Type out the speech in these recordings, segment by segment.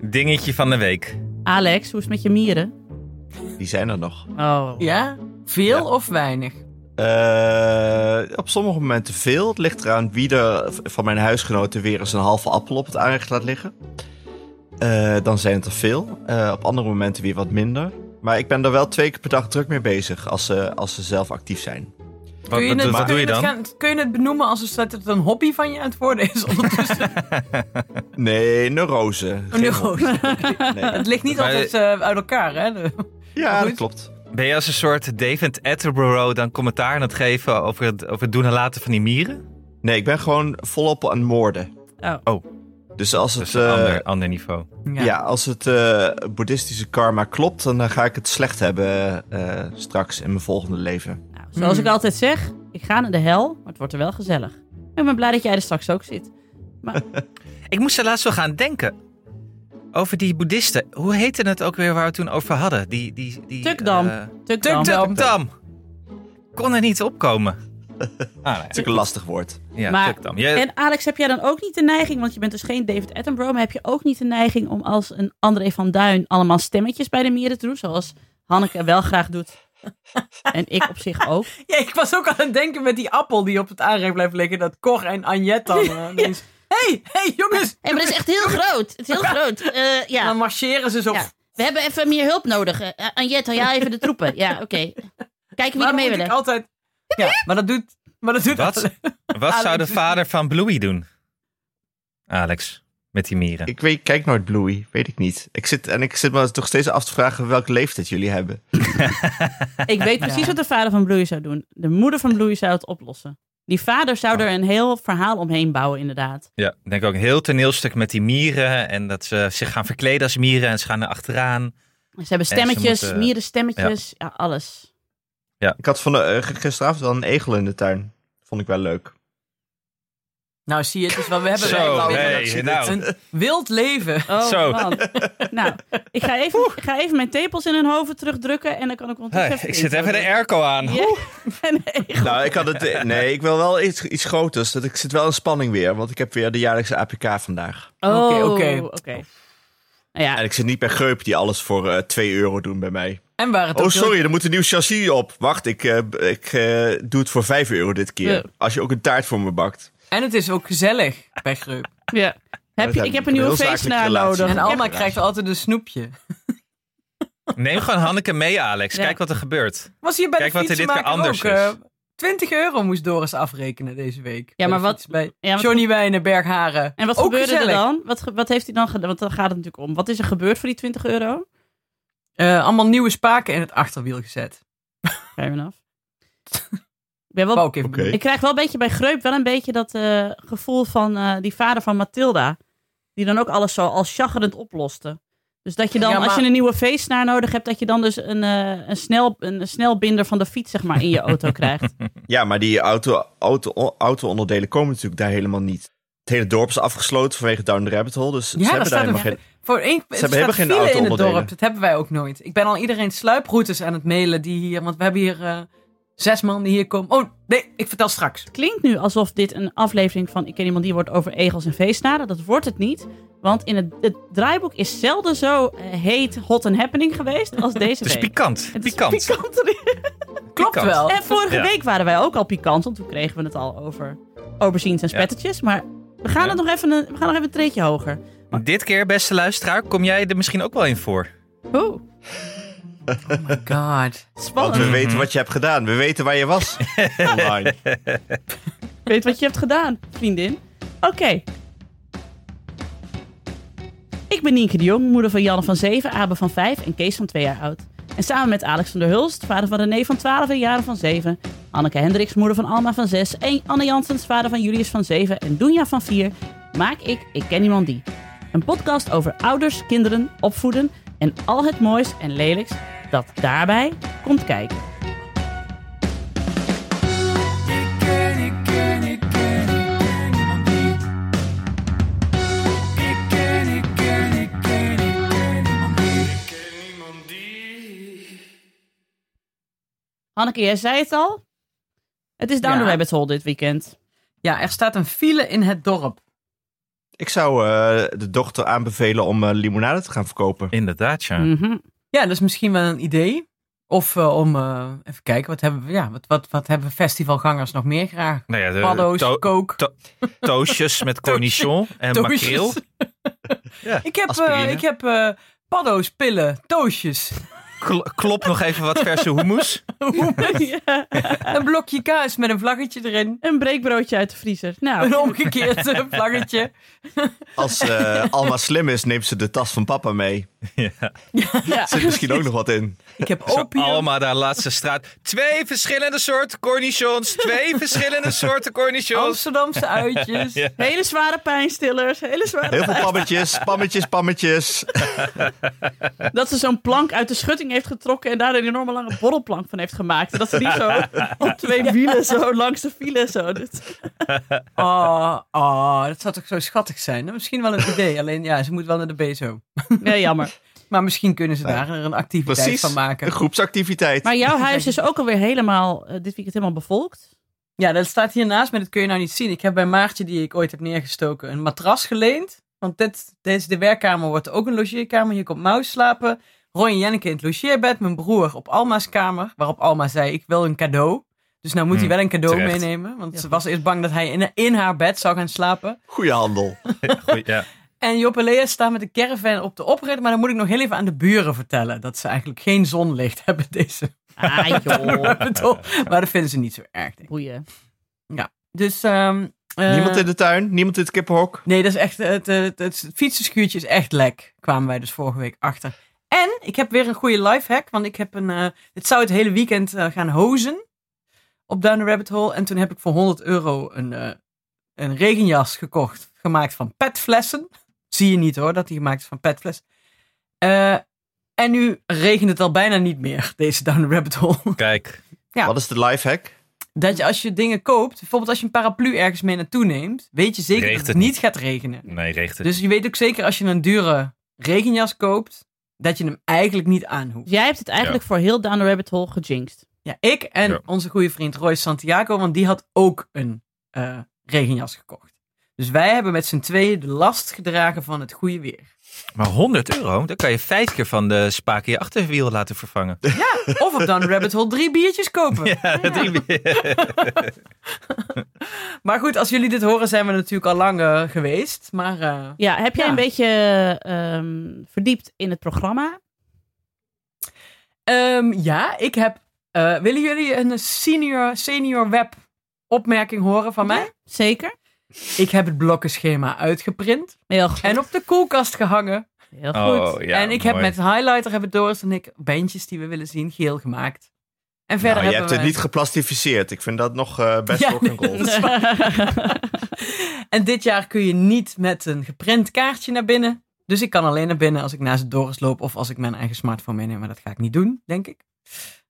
het dingetje van de week. Alex, hoe is het met je mieren? Die zijn er nog. Oh, Ja? Veel Ja. of weinig? Eh, op sommige momenten veel. Het ligt eraan wie er v- van mijn huisgenoten weer eens een halve appel op het aanrecht laat liggen. Eh, dan zijn het er veel. Eh, op andere momenten weer wat minder. Maar ik ben er wel twee keer per dag druk mee bezig als ze, als ze zelf actief zijn. Wat, wat, het, wat doe je het dan? gaan- kun je het benoemen als dat het een hobby van je aan het worden is ondertussen? Nee, neurose. Geen nu hobby. gewoon. Nee. Het ligt niet Maar- altijd eh, uit elkaar, hè? De- Ja, Goed. dat klopt. Ben je als een soort David Attenborough dan commentaar aan het geven over het, over het doen en laten van die mieren? Nee, ik ben gewoon volop aan het moorden. Oh. Oh. Dus als Dat het, is een eh, ander, ander niveau. ja. als het eh, boeddhistische karma klopt, dan eh, ga ik het slecht hebben eh, straks in mijn volgende leven. nou, zoals Hmm. ik altijd zeg, ik ga naar de hel, maar het wordt er wel gezellig. Ik ben blij dat jij er straks ook zit. Ik moest er laatst wel gaan denken. Over die boeddhisten. Hoe heette het ook weer waar we het toen over hadden? Die, die, die, Tukdam. eh, Tukdam. Tukdam. Kon er niet opkomen. Ah, nou Het is ook een lastig woord. ja, ja, Maar- Tukdam. Je- En Alex, heb jij dan ook niet de neiging, want je bent dus geen David Attenborough, maar heb je ook niet de neiging om als een André van Duin allemaal stemmetjes bij de mieren te doen, zoals Hanneke wel graag doet? En ik op zich ook. Ja, ik was ook aan het denken met die appel die op het aanrecht blijft liggen. Dat Cor en Anjet dan eh, ineens... hey, hey, jongens! Hé, maar het is echt heel groot. Het is heel groot. Eh, En ja. Dan marcheren ze zo. ja. We hebben even meer hulp nodig. Eh, Anjet, haal jij even de troepen. Ja, oké. Kijken wie er Waarom mee moet willen. ik altijd... Ja, maar dat doet... Maar dat doet Wat, wat zou de vader van Bluey doen? Alex, met die mieren. Ik weet, kijk nooit Bluey, weet ik niet. Ik zit, en ik zit me nog steeds af te vragen welke leeftijd jullie hebben. Ik weet precies Ja. wat de vader van Bloei zou doen. De moeder van Bloei zou het oplossen. Die vader zou er een heel verhaal omheen bouwen, inderdaad. Ja, ik denk ook een heel toneelstuk met die mieren. En dat ze zich gaan verkleden als mieren en ze gaan er achteraan. Ze hebben En ze stemmetjes, moeten- mieren stemmetjes, ja. alles. Ik had van de, eh, g- gisteravond wel een egel in de tuin. Vond ik wel leuk. Nou, zie je, het is wel... We hebben Zo, wel weer hey, een actie. nou. Een wild leven. Oh, Zo. man. Nou, ik ga, even, ik ga even mijn tepels in hun hoofden terugdrukken en dan kan ik ondertussen... ik zit even de eten. airco aan. Ja. En egel. Nou, ik had het. eh, Nee, ik wil wel iets, iets groters. Dat ik zit wel in spanning weer, want ik heb weer de jaarlijkse APK vandaag. Oh, Oké, oké. oké. Nou ja, En ik zit niet bij Geup die alles voor eh 2 euro doen bij mij. En waar het Oh, ook heel- sorry, er moet een nieuw chassis op. Wacht, ik, eh, b- ik eh, doe het voor 5 euro dit Ja. keer. Als je ook een taart voor me bakt. En het is ook gezellig bij Greup. ja. Heb je, zijn ik heb een een nieuwe heel zakelijke feestnaar relatie. nodig. En Ja, Alma ja. krijgt altijd een snoepje. Neem gewoon Hanneke mee, Alex. Ja. Kijk wat er gebeurt. Was hier bij Kijk de wat er dit keer fietsenmaker anders ook, is. eh, 20 euro moest Doris afrekenen deze week. Bij de maar wat- fiets Bij Ja, wat- Johnny Wijnen, Bergharen. En wat Ook gebeurde gezellig. er dan? Wat, ge- wat heeft hij dan gedaan? Want dan gaat het natuurlijk om. Wat is er gebeurd voor die 20 euro? Eh, allemaal nieuwe spaken in het achterwiel gezet. Fair enough. Ik, ben wel, Wou ik even Oké. benoemen. ik krijg wel een beetje bij Greup wel een beetje dat eh, gevoel van eh, die vader van Mathilda. Die dan ook alles zo als chaggerend oploste. Dus dat je dan, Ja, maar- als je een nieuwe feestnaar nodig hebt, dat je dan dus een, eh, een, snel, een, een snelbinder van de fiets zeg maar, in je auto krijgt. Ja, maar die auto, auto, auto-onderdelen komen natuurlijk daar helemaal niet. Het hele dorp is afgesloten vanwege Down the Rabbit Hole. Dus ze daar hebben staat daar helemaal een- geen. Voor één, Ze hebben helemaal geen file in het auto-onderdelen. dorp. Dat hebben wij ook nooit. Ik ben al iedereen sluiproutes aan het mailen die hier... Want we hebben hier eh, zes man die hier komen. Oh, nee, ik vertel straks. klinkt nu alsof dit een aflevering van Ik ken iemand die wordt over egels en feestnaden. Dat wordt het niet. Want in het, het draaiboek is zelden zo eh, heet, hot en happening geweest als deze Het is week. pikant. Het is pikant. pikant. Klopt Pikant. wel. En vorige Ja. week waren wij ook al pikant, want toen kregen we het al over aubergines en spettertjes. Maar we gaan, Ja. het nog even een, we gaan nog even een treetje hoger. Dit keer, beste luisteraar, kom jij er misschien ook wel in voor. Oeh, God. Want we Mhm. spannend. weten wat je hebt gedaan. We weten waar je was online. Weet wat je hebt gedaan, vriendin. Oké. Ik ben Nienke de Jong, moeder van Janne van 7, Abe van 5 en Kees van 2 jaar oud. En samen met Alex van der Hulst, vader van René van 12 en Jaren van 7. Anneke Hendricks, moeder van Alma van 6. En Anne Jansens, vader van Julius van 7 en Doenja van 4. Maak ik Ik Ken Iemand Die. Een podcast over ouders, kinderen, opvoeden en al het moois en lelijks dat daarbij komt kijken. Hanneke, jij zei het al. Het is Down Ja. the Rabbit Hole dit weekend. Ja, er staat een file in het dorp. Ik zou eh, de dochter aanbevelen om eh, limonade te gaan verkopen. Inderdaad, ja. Mhm. Ja, dat is misschien wel een idee. Of eh, om, eh, even kijken, wat hebben, we, ja, wat, wat, wat hebben festivalgangers nog meer graag? Nou ja, de Paddo's, to- kook. toastjes met cornichon en Toastjes. makreel. Ja, ik heb, aspirine. eh, ik heb eh, paddo's, pillen, toosjes, Kl- klop nog even wat verse hummus. Ja. een blokje kaas met een vlaggetje erin. Een breekbroodje uit de vriezer. Een Nou, omgekeerd eh, vlaggetje. Als eh, Alma slim is, neemt ze de tas van papa mee. Ja. ja. Zit misschien ook nog wat in. Ik heb Zo opium. Alma daar laatste straat. Twee verschillende soorten cornichons. Twee verschillende soorten cornichons. Amsterdamse uitjes. Ja. hele zware pijnstillers. Hele zware... Heel veel pammetjes, pammetjes, pammetjes. Dat ze zo'n plank uit de schutting heeft getrokken en daar een enorme lange borrelplank van heeft gemaakt. En dat ze die zo op twee wielen zo langs de file zo doet. Oh, oh, dat zou toch zo schattig zijn? Nou, Misschien wel een idee. Alleen ja, ze moet wel naar de BSO. Nee, jammer. Maar misschien kunnen ze Nee. daar een activiteit Precies. van Een maken. groepsactiviteit. Maar jouw huis is ook alweer helemaal, eh, dit weekend helemaal bevolkt. Ja, dat staat hiernaast, maar dat kun je nou niet zien. Ik heb bij Maartje, die ik ooit heb neergestoken, een matras geleend. Want dit, deze, de werkkamer wordt ook een logeerkamer. Hier komt Maus slapen. Roy en Jenneke in het logeerbed. Mijn broer op Alma's kamer. Waarop Alma zei, ik wil een cadeau. Dus nou moet Hm, hij wel een cadeau terecht. meenemen. Want Ja, ze goed. was eerst bang dat hij in, in haar bed zou gaan slapen. Goeie handel. Eh. Oh. Goeie- ja. En Job en Lea staan met de caravan op de oprit. Maar dan moet ik nog heel even aan de buren vertellen. Dat ze eigenlijk geen zonlicht hebben deze Ah joh, bedoel, Maar dat vinden ze niet zo erg. Denk ik. boeien. Dus, ehm, eh, Niemand in de tuin, niemand in het kippenhok. Nee, dat is echt, eh, het, het, het, fietsenschuurtje is echt lek. Kwamen wij dus vorige week achter. En ik heb weer een goede lifehack. Want ik heb een, eh dit zou het hele weekend eh, gaan hozen. Op Down the Rabbit Hole. En toen heb ik voor 100 euro een, eh, een regenjas gekocht. Gemaakt van petflessen. Zie je niet hoor, dat die gemaakt is van petfles. Eh, en nu regent het al bijna niet meer, deze Down the Rabbit Hole. Kijk, Ja. Wat is de lifehack? Dat je als je dingen koopt, bijvoorbeeld als je een paraplu ergens mee naartoe neemt, weet je zeker Regent dat het het niet niet. gaat regenen. nee, rechter. Dus je weet ook zeker als je een dure regenjas koopt, dat je hem eigenlijk niet aanhoeft. Dus Jij hebt het eigenlijk voor heel Down the Rabbit Hole gejinxed. Ja, ik en Ja. onze goede vriend Roy Santiago, want die had ook een eh, regenjas gekocht. Dus wij hebben met z'n tweeën de last gedragen van het goede weer. Maar 100 euro, dan kan je vijf keer van de spaak in je achterwiel laten vervangen. Of op dan Rabbit Hole drie biertjes kopen. Ja, drie Maar goed, als jullie dit horen zijn we natuurlijk al lang eh, geweest. Maar eh, Ja, heb jij Ja. een beetje ehm, verdiept in het programma? Ehm, ja, ik heb. eh, willen jullie een senior, senior web opmerking horen van mij? Zeker. Ik heb het blokkenschema uitgeprint Heel goed. en op de koelkast gehangen. Heel goed. Oh, ja, en ik heb mooi. met highlighter hebben Doris en ik bandjes die we willen zien geel gemaakt. En verder Nou, je hebben hebt het we- niet geplastificeerd. Ik vind dat nog eh, best Ja, rock and roll. dat is En dit jaar kun je niet met een geprint kaartje naar binnen. Dus ik kan alleen naar binnen als ik naast Doris loop of als ik mijn eigen smartphone meeneem. Maar dat ga ik niet doen, denk ik.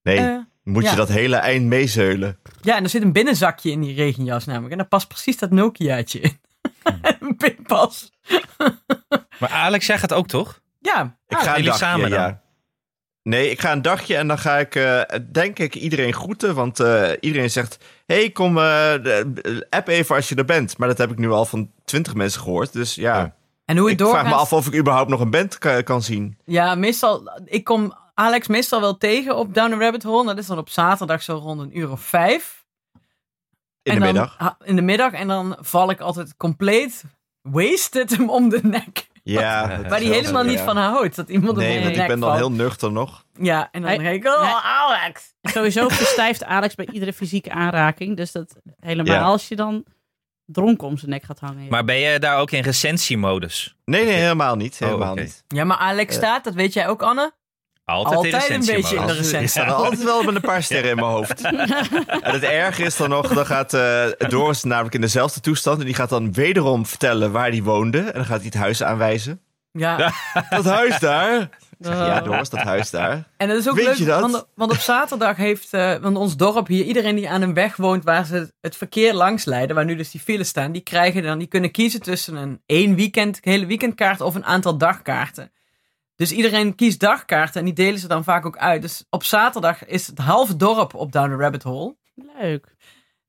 Nee, Eh, moet ja. je dat hele eind meezeulen. Ja, en er zit een binnenzakje in die regenjas namelijk. En daar past precies dat Nokiaatje in. Hm. en een pinpas. Maar Alex, jij gaat ook toch? Ja, Ik Ah, ga een jullie dagje, samen dan? ja. Nee, ik ga een dagje en dan ga ik, eh, denk ik, iedereen groeten. Want eh, iedereen zegt, hey, kom, eh, de- app even als je er bent. Maar dat heb ik nu al van twintig mensen gehoord. Dus ja, Ja. en hoe het ik vraag me doorgaat. af of ik überhaupt nog een band ka- kan zien. Ja, meestal. Ik kom Alex meestal wel tegen op Down the Rabbit Hole. Dat is dan op zaterdag zo rond een uur of vijf. In En de dan- middag. ha- In de middag. En dan val ik altijd compleet wasted hem om de nek. Ja, dat Waar is hij wel helemaal zo, niet ja. van houdt. Dat iemand hem Nee, om de want nek ik ben dan valt. heel nuchter nog. Ja, en dan Hij- denk ik, oh, hij- Alex. Sowieso verstijft Alex bij iedere fysieke aanraking. Dus dat helemaal Ja. als je dan dronken om zijn nek gaat hangen. ja. Maar ben je daar ook in recensiemodus? Nee, nee, helemaal niet. Oh, Helemaal oké. niet. Ja, maar Alex Eh. staat, dat weet jij ook, Anne. Altijd, Altijd in een recensiemodus. beetje in de Als- Ik sta er Ja. altijd wel met een paar sterren in mijn hoofd. En het erge is dan nog, dan gaat eh Doris namelijk in dezelfde toestand. En die gaat dan wederom vertellen waar die woonde. En dan gaat hij het huis aanwijzen. Ja. Dat huis daar. Ik zeg, ja, Oh. Doris, dat huis daar. En dat is ook Weet leuk, je dat? Want, want op zaterdag heeft eh, want ons dorp hier, iedereen die aan een weg woont waar ze het verkeer langs leiden, waar nu dus die files staan, die krijgen dan, die kunnen kiezen tussen een één weekend, hele weekendkaart of een aantal dagkaarten. Dus iedereen kiest dagkaarten en die delen ze dan vaak ook uit. Dus op zaterdag is het half dorp op Down the Rabbit Hole. Leuk.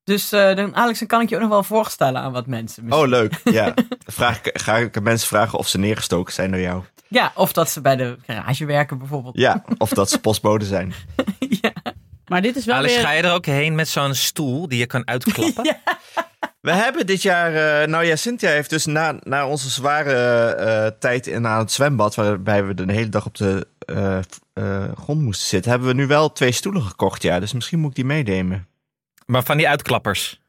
Dus eh, dan, Alex, dan kan ik je ook nog wel voorstellen aan wat mensen. misschien. Oh, leuk. Ja. Vraag, ik- ga ik aan mensen vragen of ze neergestoken zijn door jou. Ja, of dat ze bij de garage werken bijvoorbeeld. Ja, of dat ze postbode zijn. Ja. Maar dit is wel Alex, weer... ga je er ook heen met zo'n stoel die je kan uitklappen? We hebben dit jaar, eh, nou ja, Cynthia heeft dus na, na onze zware eh, eh, tijd in aan het zwembad, waarbij we de hele dag op de eh, eh, grond moesten zitten, hebben we nu wel twee stoelen gekocht, ja. Dus misschien moet ik die meenemen. Maar van die uitklappers.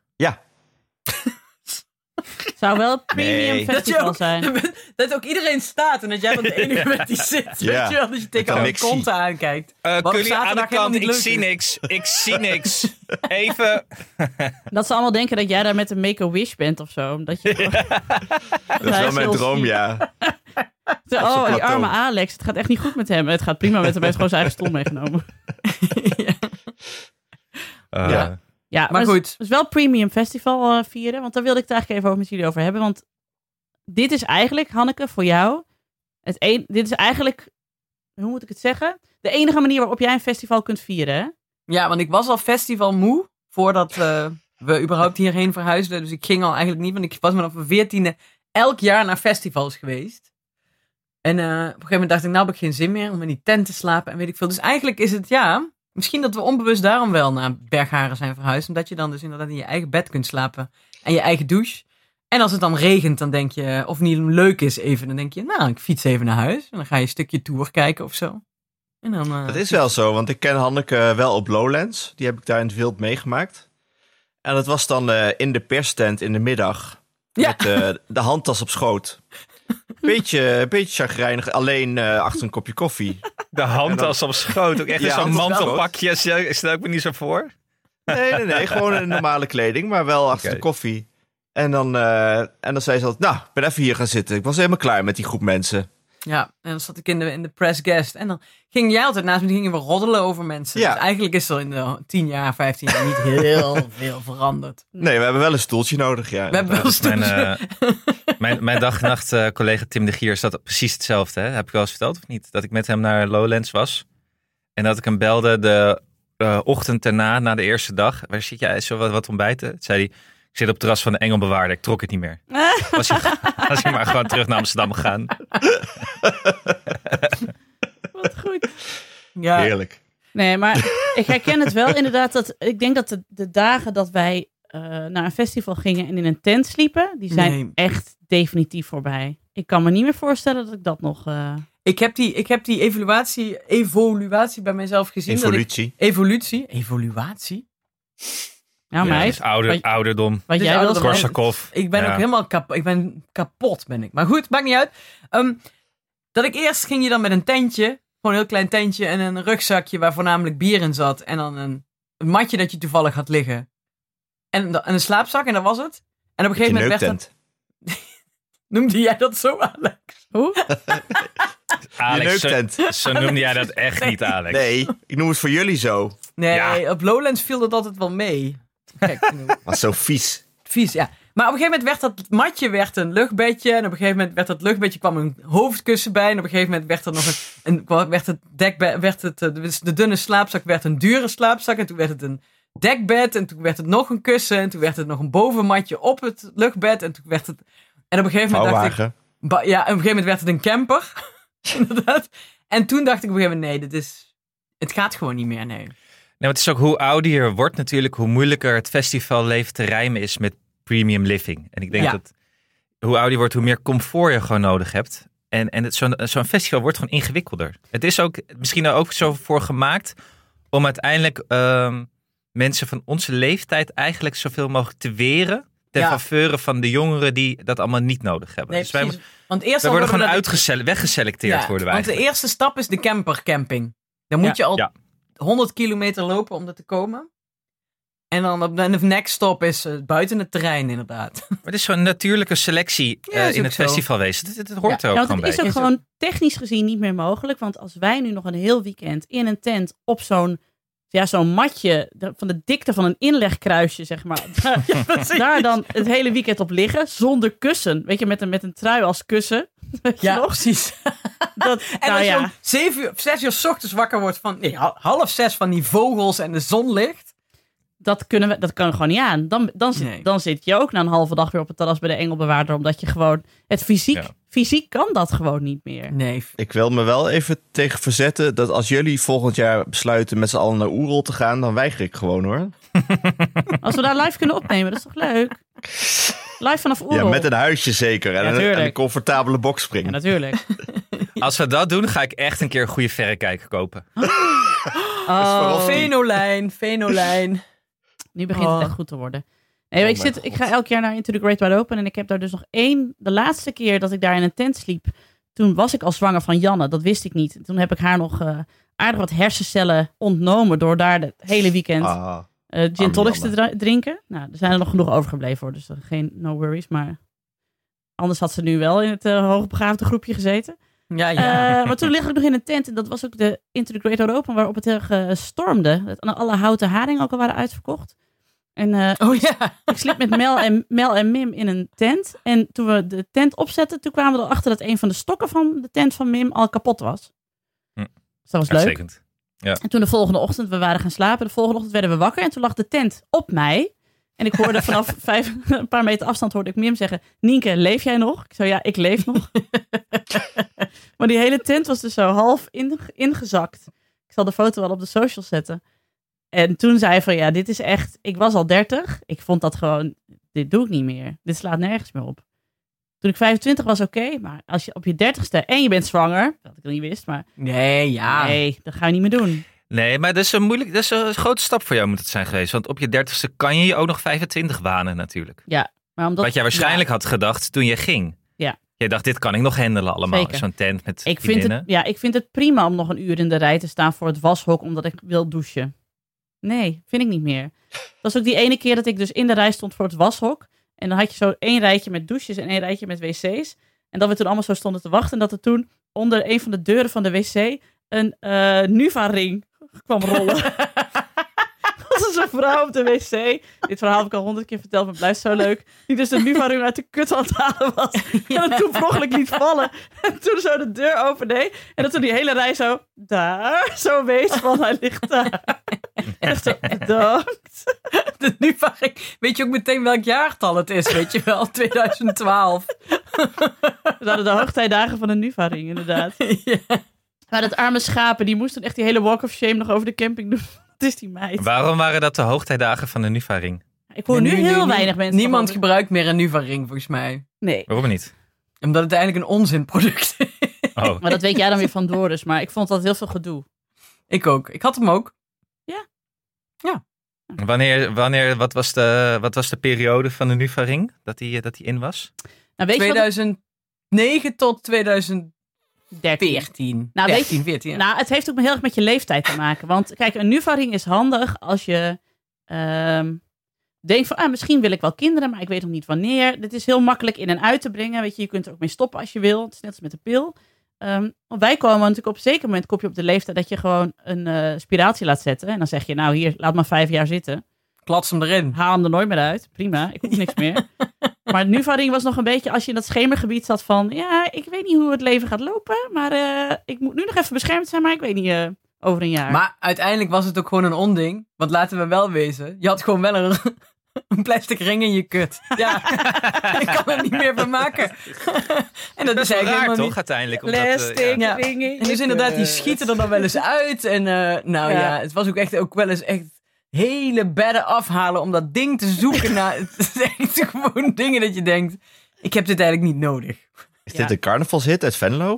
Zou wel een premium Nee. Dat, je festival ook, zijn. dat ook iedereen staat en dat jij dan de enige bent die zit. Ja. Weet je wel, dat je kan tegen een niks zien. kont aankijkt. Eh Wat op Cully, aan de zaterdag helemaal kant, niet ik leuk zie is. niks. Ik zie niks. Even. Dat ze allemaal denken dat jij daar met een make-a-wish bent of zo. Omdat je gewoon- Dat Hij is wel is mijn heel droom, ziek. ja. Oh, die plateau. arme Alex. Het gaat echt niet goed met hem. Het gaat prima met hem. Hij heeft gewoon zijn eigen stoel meegenomen. Ja. Ja, Maar het is- goed. Het is wel premium festival eh, vieren. Want daar wilde ik het eigenlijk even over met jullie over hebben. Want dit is eigenlijk, Hanneke, voor jou. Het een, dit is eigenlijk, hoe moet ik het zeggen? De enige manier waarop jij een festival kunt vieren. hè? Ja, want ik was al festival moe voordat eh, we überhaupt hierheen verhuisden. Dus ik ging al eigenlijk niet, want ik was vanaf mijn veertiende elk jaar naar festivals geweest. En eh, op een gegeven moment dacht ik, nou heb ik geen zin meer om in die tent te slapen en weet ik veel. Dus eigenlijk is het, ja, misschien dat we onbewust daarom wel naar Bergharen zijn verhuisd. Omdat je dan dus inderdaad in je eigen bed kunt slapen en je eigen douche. En als het dan regent, dan denk je, of niet leuk is even, dan denk je, nou, ik fiets even naar huis. En dan ga je een stukje tour kijken of zo. En dan, eh, Dat is wel zo, want ik ken Hanneke wel op Lowlands. Die heb ik daar in het wild meegemaakt. En dat was dan eh, in de perstent in de middag. Ja. Met eh, de handtas op schoot. Beetje, beetje chagrijnig, alleen eh, achter een kopje koffie. De handtas op schoot. Ook echt Ja, zo'n dat is wel mantelpakje. Stel stel ik me niet zo voor. Nee, nee, nee. Gewoon een normale kleding, maar wel achter Oké. de koffie. En dan, eh, en dan zei ze altijd, nou, ik ben even hier gaan zitten. Ik was helemaal klaar met die groep mensen. Ja, en dan zat ik in de, in de press guest. En dan ging jij altijd naast me, dan gingen we roddelen over mensen. Ja. Dus eigenlijk is er in de 10 jaar, 15 jaar niet heel veel veranderd. Nee, we hebben wel een stoeltje nodig, ja. Hmm. We hebben wel een Mijn, stoeltje. eh, mijn, mijn dag en nacht eh, collega Tim de Gier zat precies hetzelfde. Hè? Heb ik wel eens verteld of niet? Dat ik met hem naar Lowlands was. En dat ik hem belde de eh, ochtend daarna, na de eerste dag. Waar zit jij? Zo wat, wat ontbijten? Toen zei hij, ik zit op het terras van de Engelbewaarder. Ik trok het niet meer. Was hij, was hij maar gewoon terug naar Amsterdam gegaan. Wat goed. Ja, Heerlijk. Nee, maar ik herken het wel inderdaad. Dat, ik denk dat de, de dagen dat wij eh, naar een festival gingen en in een tent sliepen, die zijn Nee. echt definitief voorbij. Ik kan me niet meer voorstellen dat ik dat nog. eh, ik heb die, ik heb die evaluatie, evaluatie bij mezelf gezien. dat ik- Evolutie. evolutie. Evaluatie? nou, Ja, meid, dus ouder, wat- ouderdom. wat dus jij ouder wil. dan wij. Korsakov. Ik ben Ja. ook helemaal kapot. Ik ben kapot, ben ik. Maar goed, maakt niet uit. Ehm, dat ik eerst ging je dan met een tentje, gewoon een heel klein tentje en een rugzakje waar voornamelijk bier in zat. En dan een, een matje dat je toevallig had liggen. En, da- en een slaapzak en dat was het. En op een Je gegeven moment werd dat, neuktent. noemde jij dat zo Alex? Hoe? Je Alex, zo, neuktent. zo noemde jij dat echt niet, Alex. Nee, ik noem het voor jullie zo. Nee, Ja. op Lowlands viel dat altijd wel mee. Gek genoeg. Was zo vies. Vies, ja. Maar op een gegeven moment werd dat matje werd een luchtbedje. En op een gegeven moment werd dat luchtbedje, kwam een hoofdkussen bij. En op een gegeven moment werd er nog een, een kwam- werd het dekbed, werd het, eh, dus de dunne slaapzak werd een dure slaapzak. En toen werd het een dekbed. En toen werd het nog een kussen. En toen werd het nog een bovenmatje op het luchtbed. En toen werd het, en op een gegeven moment dacht ik, Bouwwagen. Ba- ja, op een gegeven moment werd het een camper. Inderdaad. En toen dacht ik op een gegeven moment, nee, dit is, het gaat gewoon niet meer, nee. Nee, maar het is ook hoe ouder je wordt natuurlijk, hoe moeilijker het festivalleven te rijmen is met premium living. En ik denk Ja. dat hoe ouder je wordt, hoe meer comfort je gewoon nodig hebt. En, en het- zo'n zo'n festival wordt gewoon ingewikkelder. Het is ook misschien er ook zo voor gemaakt om uiteindelijk ehm, mensen van onze leeftijd eigenlijk zoveel mogelijk te weren. Ten Ja. faveur van de jongeren die dat allemaal niet nodig hebben. dus wij, precies. Want eerst wij al worden gewoon we dat- uitgesele- weggeselecteerd. Ja, worden wij Want de eigenlijk. eerste stap is de campercamping. Dan moet je al Ja. 100 kilometer lopen om er te komen. En dan op de en de next stop is eh, buiten het terrein, inderdaad. Maar het is zo'n natuurlijke selectie Ja, eh, is in ook het zo. festivalwezen. Dat, dat- dat hoort er Ja. ook Ja, gewoon want bij. Nou, het is ook beetje. gewoon technisch gezien niet meer mogelijk. Want als wij nu nog een heel weekend in een tent op zo'n ja, zo'n matje de- van de dikte van een inlegkruisje, zeg maar. daar- daar dan het hele weekend op liggen zonder kussen. Weet je, met een, met een trui als kussen. Weet je nog? precies. Dat, En nou als je ja. om 7 uur, 6 uur s ochtends wakker wordt van nee, ha- half zes van die vogels en de zon ligt. dat, kunnen we, dat kan gewoon niet aan. Dan, dan, zit, Nee. dan zit je ook na een halve dag weer op het terras bij de engelbewaarder. Omdat je gewoon... Het fysiek, Ja. fysiek kan dat gewoon niet meer. Nee, Ik wil me wel even tegen verzetten dat als jullie volgend jaar besluiten met z'n allen naar Oerol te gaan, dan weiger ik gewoon hoor. Als we daar live kunnen opnemen, dat is toch leuk? Live vanaf Oerol. Ja, met een huisje zeker. En, Ja, een- en tuurlijk. een, comfortabele box Ja, springen. natuurlijk. Als we dat doen, ga ik echt een keer een goede verrekijker kopen. Oh, Venolijn, Venolijn. nu begint het Oh. echt goed te worden. Nee, maar Oh ik, mijn zit, God. ik ga elk jaar naar Into the Great Wide Open. En ik heb daar dus nog één... De laatste keer dat ik daar in een tent sliep... Toen was ik al zwanger van Janne. Dat wist ik niet. Toen heb ik haar nog eh, aardig wat hersencellen ontnomen. Door daar het hele weekend... Ah, eh gin Arme tonics te Janne. dra- drinken. Nou, er zijn er nog genoeg overgebleven hoor, dus eh, geen no worries. Maar anders had ze nu wel in het eh, hoogbegaafde groepje gezeten. Ja, ja. Eh, maar toen lag ik nog in een tent en dat was ook de Into the Great Wide Open waarop het erg eh, stormde. Dat alle houten haringen ook al waren uitverkocht. En eh, oh ja. ik sliep met Mel en, Mel en Mim in een tent. En toen we de tent opzetten, toen kwamen we erachter dat een van de stokken van de tent van Mim al kapot was. Hm. Dus dat was leuk. Uitstekend. En toen de volgende ochtend, we waren gaan slapen. De volgende ochtend werden we wakker en toen lag de tent op mij. En ik hoorde vanaf vijf, een paar meter afstand hoorde ik Mim zeggen... Nienke, leef jij nog? Ik zei, ja, ik leef nog. maar die hele tent was dus zo half in, ingezakt. Ik zal de foto wel op de social zetten. En toen zei hij van, ja, dit is echt... Ik was al dertig. Ik vond dat gewoon... Dit doe ik niet meer. Dit slaat nergens meer op. Toen ik 25 was oké, maar als je op je dertigste en je bent zwanger, dat ik nog niet wist, maar Nee, ja. nee, dat ga je niet meer doen. Nee, maar dat is een moeilijk, dat is een grote stap voor jou moet het zijn geweest. Want op je dertigste kan je je ook nog 25 wanen natuurlijk. Maar omdat, Wat jij waarschijnlijk had gedacht toen je ging. Ja. Jij dacht, dit kan ik nog handelen allemaal. Zeker. Zo'n tent met Ik vind, het, vriendinnen. ja, ik vind het prima om nog een uur in de rij te staan voor het washok omdat ik wil douchen. Nee, vind ik niet meer. Dat was ook die ene keer dat ik dus in de rij stond voor het washok. En dan had je zo één rijtje met douches en één rijtje met wc's. En dat we toen allemaal zo stonden te wachten. En dat er toen onder een van de deuren van de wc een eh Nuva-ring kwam rollen. Dat is een vrouw op de wc. Dit verhaal heb ik al honderd keer verteld, maar het blijft zo leuk. Die dus de Nuva-ring uit de kut aan het halen was. En dat toen per ongeluk liet vallen. En toen zo de deur opende. En dat toen die hele rij zo, daar, zo wees van, hij ligt daar. En dat zo, bedankt. Dus nu vraag ik, weet je ook meteen welk jaartal het is, weet je wel? 2012. We hadden de hoogtijdagen van de Nuva-ring, inderdaad. Ja. Maar dat arme schapen, die moesten echt die hele walk of shame nog over de camping doen. Het is die meid. Waarom waren dat de hoogtijdagen van de Nuva-ring? Ik hoor En nu, heel weinig mensen. Niemand van- gebruikt meer een Nuva-ring, volgens mij. Nee. Waarom niet? Omdat het eigenlijk een onzinproduct is. Oh, Maar dat weet jij dan weer van Doris. Maar ik vond dat heel veel gedoe. Ik ook. Ik had hem ook. wanneer, wanneer, wat, was de, wat was de periode van de Nuva-ring dat die, dat die in was? Nou, weet je wat 2009 tot 2014. 13. Nou, weet je- 13, 14, ja. Nou, het heeft ook heel erg met je leeftijd te maken. Want kijk, een nuvaring is handig als je ehm, denkt van, ah, misschien wil ik wel kinderen, maar ik weet nog niet wanneer. Dit is heel makkelijk in en uit te brengen. Weet je, je kunt er ook mee stoppen als je wil. Het is net als met de pil. Ehm, want wij komen natuurlijk op een zeker moment kom je op de leeftijd dat je gewoon een eh, spiraaltje laat zetten. En dan zeg je, nou hier, laat maar vijf jaar zitten Klats hem erin. haal hem er nooit meer uit. Prima, ik hoef niks meer. Maar Nuvaring was nog een beetje als je in dat schemergebied zat van... ja, ik weet niet hoe het leven gaat lopen, maar eh, ik moet nu nog even beschermd zijn... maar ik weet niet, eh, over een jaar. Maar uiteindelijk was het ook gewoon een onding. Want laten we wel wezen, je had gewoon wel een, een plastic ring in je kut. Ja, ik kan er niet meer van maken. en Dat dat, is is wel eigenlijk helemaal raar toch niet... uiteindelijk? Omdat, eh, ja. ja. ringen. En dus inderdaad, eh, die schieten er dan wel eens uit. En eh, nou ja. Ja. het was ook echt ook wel eens echt hele bedden afhalen om dat ding te zoeken. naar, het is echt gewoon dingen dat je denkt, ik heb dit eigenlijk niet nodig. is Ja. dit een carnavalshit uit Venlo?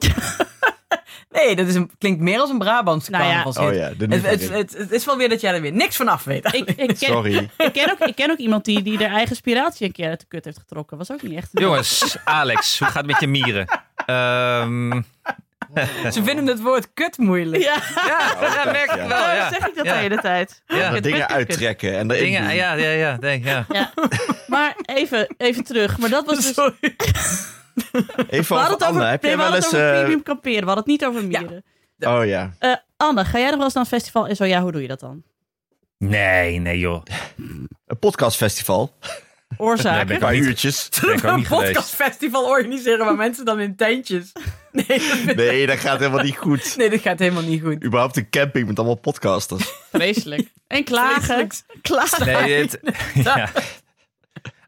Nee, dat is een, klinkt meer als een Brabants Nou ja. carnavalshit. Oh ja, de het, het, Nuva-ring. het, het is wel weer dat jij er weer niks van af weet. Ik, ik, ken, Sorry. ik, ken ook, ik ken ook iemand die, die haar eigen spiraaltje een keer uit de kut heeft getrokken. Was ook niet echt... Jongens, Alex, hoe gaat het met je mieren? Ehm, Ze vinden het woord kut moeilijk. Ja, ja, ja, merk ik wel. waarom Oh, Ja, zeg ik Oh, dat Ja. de hele tijd? ja. Dat dingen uittrekken en erin Dingen, doen. ja, ja, ja, denk, ja. Maar even, even terug. Maar dat was dus... Sorry. Even We hadden over het over, Anne, nee, heb we jij wel hadden het eens... over eh, premium kamperen. We hadden het niet over mieren. oh ja. Eh, Anne, ga jij er wel eens naar een festival? En zo ja, hoe doe je dat dan? Nee, nee joh. Een podcastfestival. Nee, Oorzaken. ben Een ik ook paar niet, uurtjes. ben ik ook Een niet geweest. podcastfestival organiseren waar mensen dan in tentjes Nee, dat- Nee, dat gaat helemaal niet goed. nee, dat gaat helemaal niet goed. Überhaupt een camping met allemaal podcasters. Vreselijk. En klagen. Klagen. Nee, het- ja.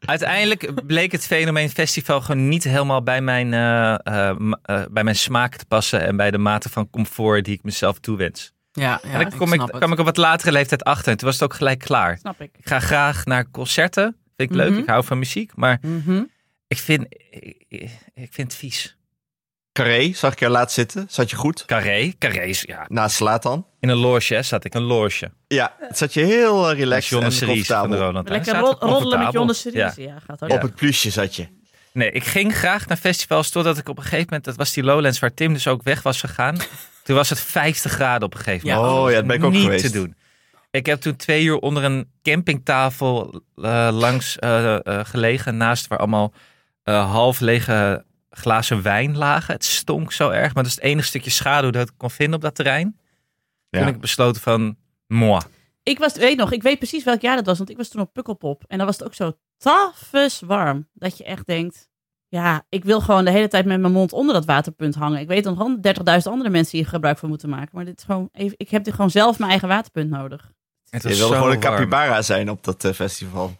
Uiteindelijk bleek het fenomeen festival gewoon niet helemaal bij mijn, eh, eh, ma- eh, bij mijn smaak te passen en bij de mate van comfort die ik mezelf toewens. Ja, ja en dan kom ik, snap het. kwam ik op wat latere leeftijd achter en toen was het ook gelijk klaar. Snap ik. Ik ga graag naar concerten, vind ik leuk, Mhm. ik hou van muziek, maar Mhm. ik vind, ik, ik vind het vies. Carré, zag ik jou laat zitten. Zat je goed? Carré, carré is, ja, Naast Slatan. in een loge hè, zat ik, een loge. Ja, het zat je heel eh, Met relaxed John de en Series van de comfortabel. Roland. hè. Lekker Zaten we rol- roddelen met comfortabel. John de Ja. Cerise. Ja, gaat ook. Op het plusje zat je. Nee, ik ging graag naar festivals totdat ik op een gegeven moment, dat was die Lowlands waar Tim dus ook weg was gegaan. toen was het 50 graden op een gegeven moment. Ja. Oh, ja, dat ben ik ook niet geweest. te doen. Ik heb toen twee uur onder een campingtafel eh, langs eh, eh, gelegen, naast waar allemaal eh, half lege glazen wijn lagen. Het stonk zo erg, maar dat is het enige stukje schaduw dat ik kon vinden op dat terrein. Ja. Toen heb ik besloten van, moi. Ik was, weet nog, ik weet precies welk jaar dat was, want ik was toen op Pukkelpop. En dan was het ook zo tafes warm. Dat je echt denkt, ja, ik wil gewoon de hele tijd met mijn mond onder dat waterpunt hangen. Ik weet dat nog 30.000 andere mensen hier gebruik van moeten maken. Maar dit is gewoon, even, ik heb dit gewoon zelf mijn eigen waterpunt nodig. Het Je was wilde zo gewoon een warm. capybara zijn op dat eh, festival.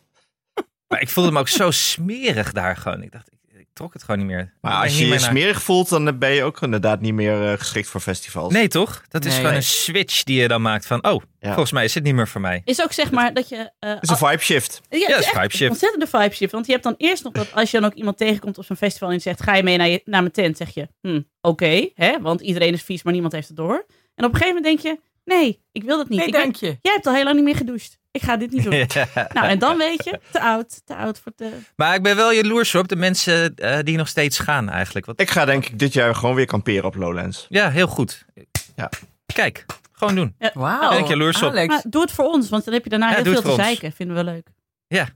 Maar ik voelde me ook zo smerig daar gewoon. Ik dacht, ik, ik trok het gewoon niet meer. Maar Ik ben als niet je je meer naar- smerig voelt, dan ben je ook inderdaad niet meer eh, geschikt voor festivals. Nee, toch? Dat is Nee. gewoon een switch die je dan maakt van, oh, Ja. volgens mij is het niet meer voor mij. Is ook zeg maar dat je... eh, Het Ah. is een vibe shift. Ja, het dat is is echt vibe shift. ontzettende vibe shift. Want je hebt dan eerst nog dat als je dan ook iemand tegenkomt op zo'n festival en je zegt: ga je mee naar, je, naar mijn tent? Zeg je: hm, oké, hè want iedereen is vies, maar niemand heeft het door. En op een gegeven moment denk je: nee, ik wil dat niet. Nee, ik dank je. heb- jij hebt al heel lang niet meer gedoucht. Ik ga dit niet doen. Nou, en dan weet je, te oud, te oud voor de. maar ik ben wel jaloers op de mensen eh, die nog steeds gaan eigenlijk. Want, Ik ga denk ik dit jaar gewoon weer kamperen op Lowlands. ja, heel goed. Ja. Kijk, gewoon doen. Wauw. Ben ik jaloers op. Alex. Maar doe het voor ons, want dan heb je daarna Ja, heel doe veel het te voor ons. zeiken. Vinden we leuk. Ja.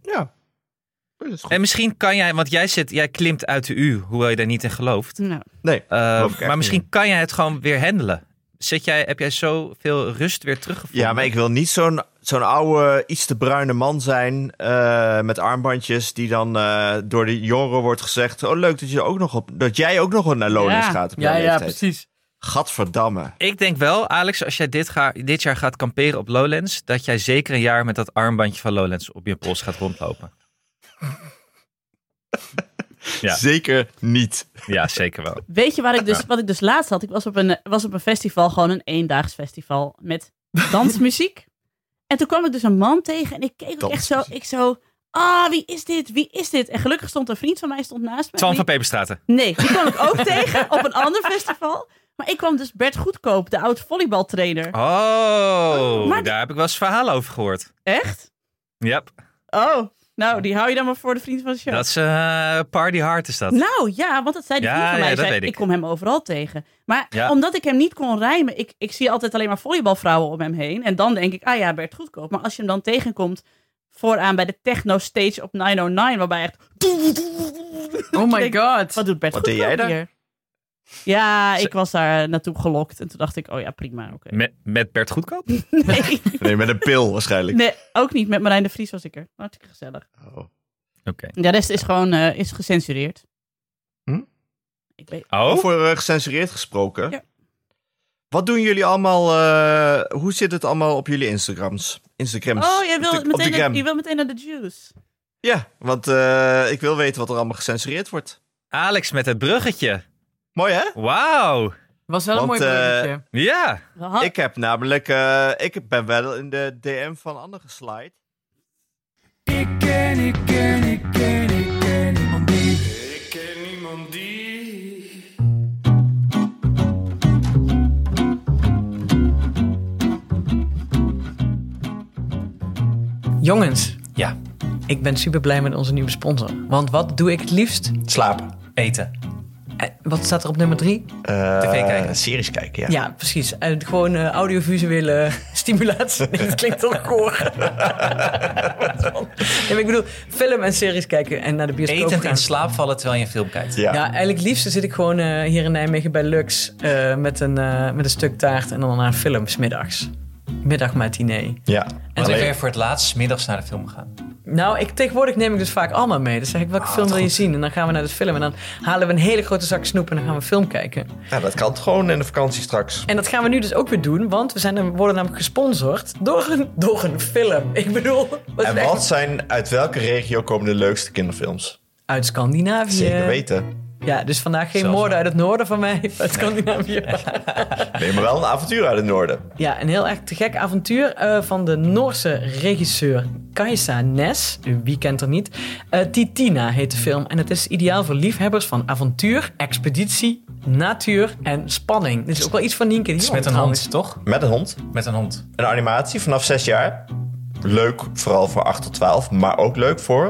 Dat is goed. En misschien kan jij, want jij, zit, jij klimt uit de U, hoewel je daar niet in gelooft. Nou, Nee. Eh, Geloof ik echt maar misschien kan jij het gewoon weer handelen. Zit jij, heb jij zoveel rust weer teruggevonden? Ja, maar ik wil niet zo'n zo'n oude, iets te bruine man zijn eh, met armbandjes die dan eh, door de jongeren wordt gezegd... Oh, leuk dat, je ook nog op, dat jij ook nog naar Lowlands Ja. gaat op Ja, jouw ja, leeftijd. precies. Gadverdamme. Ik denk wel, Alex, als jij dit, ga, dit jaar gaat kamperen op Lowlands, dat jij zeker een jaar met dat armbandje van Lowlands op je pols gaat rondlopen. Ja. Zeker niet. Ja, zeker wel. weet je waar ik dus, wat ik dus laatst had? Ik was op een, eh, was op een festival, gewoon een eendaags festival met dansmuziek. En toen kwam ik dus een man tegen en ik keek ook echt zo, ik zo, ah, wie is dit? Wie is dit? En gelukkig stond een vriend van mij stond naast me. Twan van Die- Peperstraten. Nee, die kwam ik ook tegen op een ander festival. Maar ik kwam dus Bert Goedkoop, de oud volleybaltrainer. Ah. Oh, Maar die- daar heb ik wel eens verhalen over gehoord. Echt? Yep, Oh, nou, die hou je dan maar voor de vriend van de show. dat is eh, party hard is dat. Nou ja, want dat zei die Ja, vriend van ja, mij. dat zei, weet ik. ik. kom hem overal tegen. Maar Ja. omdat ik hem niet kon rijmen, ik, ik zie altijd alleen maar volleybalvrouwen om hem heen. En dan denk ik, ah ja, Bert Goedkoop. Maar als je hem dan tegenkomt vooraan bij de techno stage op 909, waarbij echt... Oh my Ik- god. Wat doet Bert Wat deed Goedkoop jij daar? hier? Ja, Ze- ik was daar eh, naartoe gelokt. En toen dacht ik, oh ja, prima. oké. Met, met Bert Goedkoop? Hm. Nee, Nee, met een pil waarschijnlijk. nee, ook niet. Met Marijn de Vries was ik er. Hartstikke gezellig. Oh. Oké. De rest is gewoon eh, is gecensureerd. Hm? Ik weet... Oh, Over eh, gecensureerd gesproken. Ja. Wat doen jullie allemaal? eh, hoe zit het allemaal op jullie Instagrams? Instagrams. Oh, jij Op wil de- op de meteen, naar- gram. je wil meteen naar de juice. Ja, want eh, ik wil weten wat er allemaal gecensureerd wordt. Alex met het bruggetje. Mooi hè? Wauw. Was wel een Want, mooi eh, bruggetje. Ja. We had- Ik heb namelijk, eh, ik ben wel in de DM van Anne geslide. Ik ken, ik ken, ik ken, ik ken niemand die. Ik ken niemand die. Jongens, Ja. ik ben super blij met onze nieuwe sponsor. Want wat doe ik het liefst? Slapen. Eh, Eten. Eh, Wat staat er op nummer drie? TV kijken. series kijken, ja. Ja, precies. Eh, gewoon eh, audiovisuele stimulatie. Nee, dat klinkt toch koor. nee, maar ik bedoel, film en series kijken en naar de bioscoop Etend gaan. in slaap vallen terwijl je een film kijkt. Nou, Ja. Ja, eigenlijk liefst zit ik gewoon eh, hier in Nijmegen bij Lux eh, met, een, eh, met een stuk taart en dan naar een film 's middags. Middagmatinee. Ja. Wanneer ben Alleen- je voor het laatst 's middags naar de film gegaan? Nou, ik, tegenwoordig neem ik dus vaak allemaal mee. Dan zeg ik, Ah, welke film wil je zien? En dan gaan we naar de film. En dan halen we een hele grote zak snoep en dan gaan we film kijken. Ja, dat kan gewoon in de vakantie straks. En dat gaan we nu dus ook weer doen, want we zijn, worden namelijk gesponsord door een, door een film. Ik bedoel, wat En is echt- wat zijn, uit welke regio komen de leukste kinderfilms? Uit Scandinavië. Zeker weten. Ja, dus vandaag geen Zelfs- moorden uit het noorden van mij, uit Scandinavië. Nee, maar wel een avontuur uit het noorden. Ja, een heel erg te gek avontuur eh, van de Noorse regisseur Kajsa Nes. Wie kent er niet? Eh, Titina heet de film. En het is ideaal voor liefhebbers van avontuur, expeditie, natuur en spanning. Dit is ook wel iets van Nienke. Het is met een trouwens. hond, toch? Met een hond. Met een hond. Een animatie vanaf 6 jaar. Leuk vooral voor 8 tot 12, maar ook leuk voor...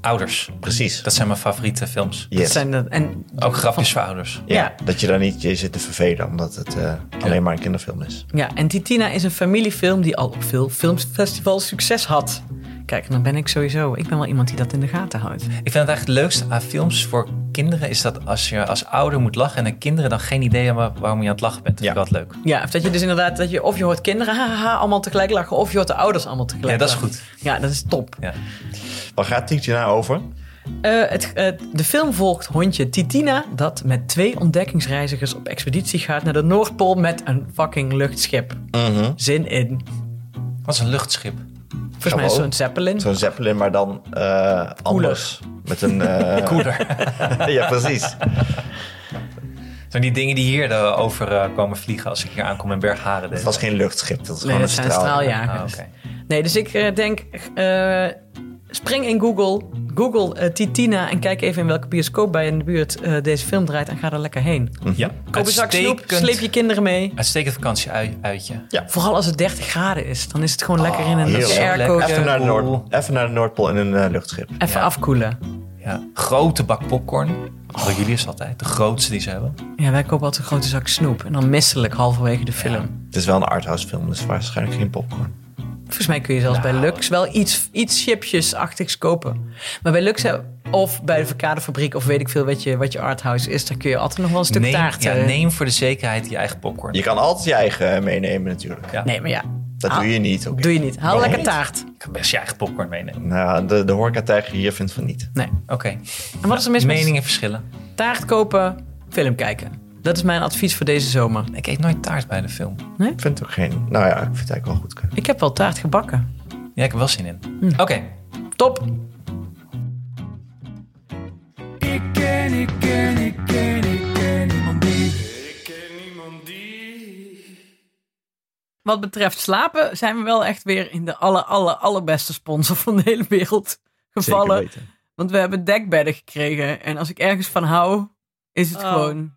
Ouders. Precies. Dat zijn mijn favoriete films. Yes. Dat zijn de, en Ook grapjes voor ouders. Ja, Ja. Dat je daar niet je zit te vervelen, omdat het eh, alleen maar een kinderfilm is. Ja, en Titina is een familiefilm die al op veel filmfestivals succes had. Kijk, dan ben ik sowieso. Ik ben wel iemand die dat in de gaten houdt. Ik vind het eigenlijk het leukste aan films voor kinderen is dat als je als ouder moet lachen en de kinderen dan geen idee hebben waarom je aan het lachen bent. Dat Ja. vind ik altijd leuk. Ja, of dat je dus inderdaad, dat je, of je hoort kinderen hahaha, allemaal tegelijk lachen, of je hoort de ouders allemaal tegelijk Ja, dat is lachen. goed. Ja, dat is top. Ja. Waar gaat Tietje nou over? Eh, het, eh, de film volgt hondje Titina, dat met twee ontdekkingsreizigers op expeditie gaat naar de Noordpool met een fucking luchtschip. Mhm. Zin in. Wat is een luchtschip? Volgens mij Hallo. is zo'n Zeppelin. Zo'n Zeppelin, maar dan eh anders. Met een... eh, Koeler. ja, precies. Zijn die dingen die hier eh, over eh, komen vliegen als ik hier aankom in Bergharen? Het was geen luchtschip, dat is Nee, gewoon dat een zijn straal. straaljagers. Ah, oké. Nee, dus ik eh, denk, eh, spring in Google, Google eh, Titina en kijk even in welke bioscoop bij je in de buurt eh, deze film draait en ga er lekker heen. Hm. Mhm. Ja. Koop een zak snoep, sleep je kinderen mee. Uitstekend vakantie uitje. Vooral als het 30 graden is, dan is het gewoon lekker in een Oh, heerlijk. airco. Lekker. Even naar, de Cool. Noord, even naar de Noordpool in een eh, luchtschip. Even Ja. afkoelen. Ja. Grote bak popcorn. Oh. Voor jullie is het altijd de grootste die ze hebben. Ja, wij kopen altijd een grote zak snoep. En dan misselijk halverwege de film. Het is wel een arthouse film, dus waarschijnlijk geen popcorn. Volgens mij kun je zelfs Nou. bij Lux wel iets, iets chipjesachtigs kopen. Maar bij Lux heb- of bij de Verkadefabriek of weet ik veel wat je, wat je arthouse is... daar kun je altijd nog wel een stuk neem, taart... ja, eh, neem voor de zekerheid je eigen popcorn. Je kan altijd je eigen eh, meenemen natuurlijk. Ja. Nee, maar ja, Dat Ah, doe je niet. oké. doe je niet. Haal Waarom lekker niet? taart. Je kan best je eigen popcorn meenemen. Nou, de, de horecatijger hier vindt van niet. Nee. Oké. En wat is er mis met Meningen verschillen. taart kopen, film kijken? Dat is mijn advies voor deze zomer. Ik eet nooit taart bij de film. Ik vind het ook geen... Nou ja, ik vind het eigenlijk wel goed kunnen. Ik heb wel taart gebakken. Hm. Ja, ik heb wel zin in. Oké. Top. Ik ken, ik ken, ik ken, ik ken niemand die. Ik ken niemand die. Wat betreft slapen zijn we wel echt weer in de aller, aller, allerbeste sponsor van de hele wereld gevallen. Zeker weten. Want we hebben dekbedden gekregen. En als ik ergens van hou, is het Oh. gewoon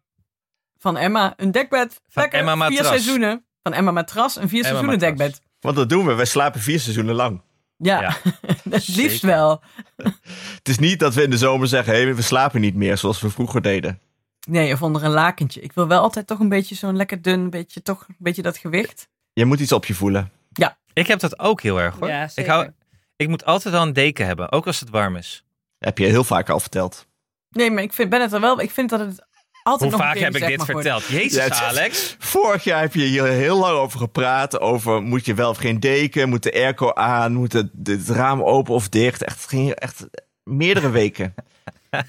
van Emma een dekbed. Van Lekker, Emma vier Matras. seizoenen. Van Emma Matras, een vier Emma seizoenen Matras. dekbed. Want dat doen we. Wij slapen vier seizoenen lang. Ja, Ja. het liefst Zeker. wel. Het is niet dat we in de zomer zeggen... hé, we slapen niet meer zoals we vroeger deden. Nee, of onder een lakentje. Ik wil wel altijd toch een beetje zo'n lekker dun, beetje, toch een beetje dat gewicht. Je moet iets op je voelen. Ik heb dat ook heel erg hoor. Ja, ik, zeker. hou, ik moet altijd wel een deken hebben, ook als het warm is. Heb je heel vaak al verteld. Nee, maar ik vind, ben het er wel. Ik vind dat het altijd Hoe nog een vaak keer heb ik gezegd dit mag worden. verteld? Jezus, Ja, het is- Alex. Vorig jaar heb je hier heel lang over gepraat. Over moet je wel of geen deken, moet de airco aan, moet het, het raam open of dicht. Echt, het ging echt meerdere weken.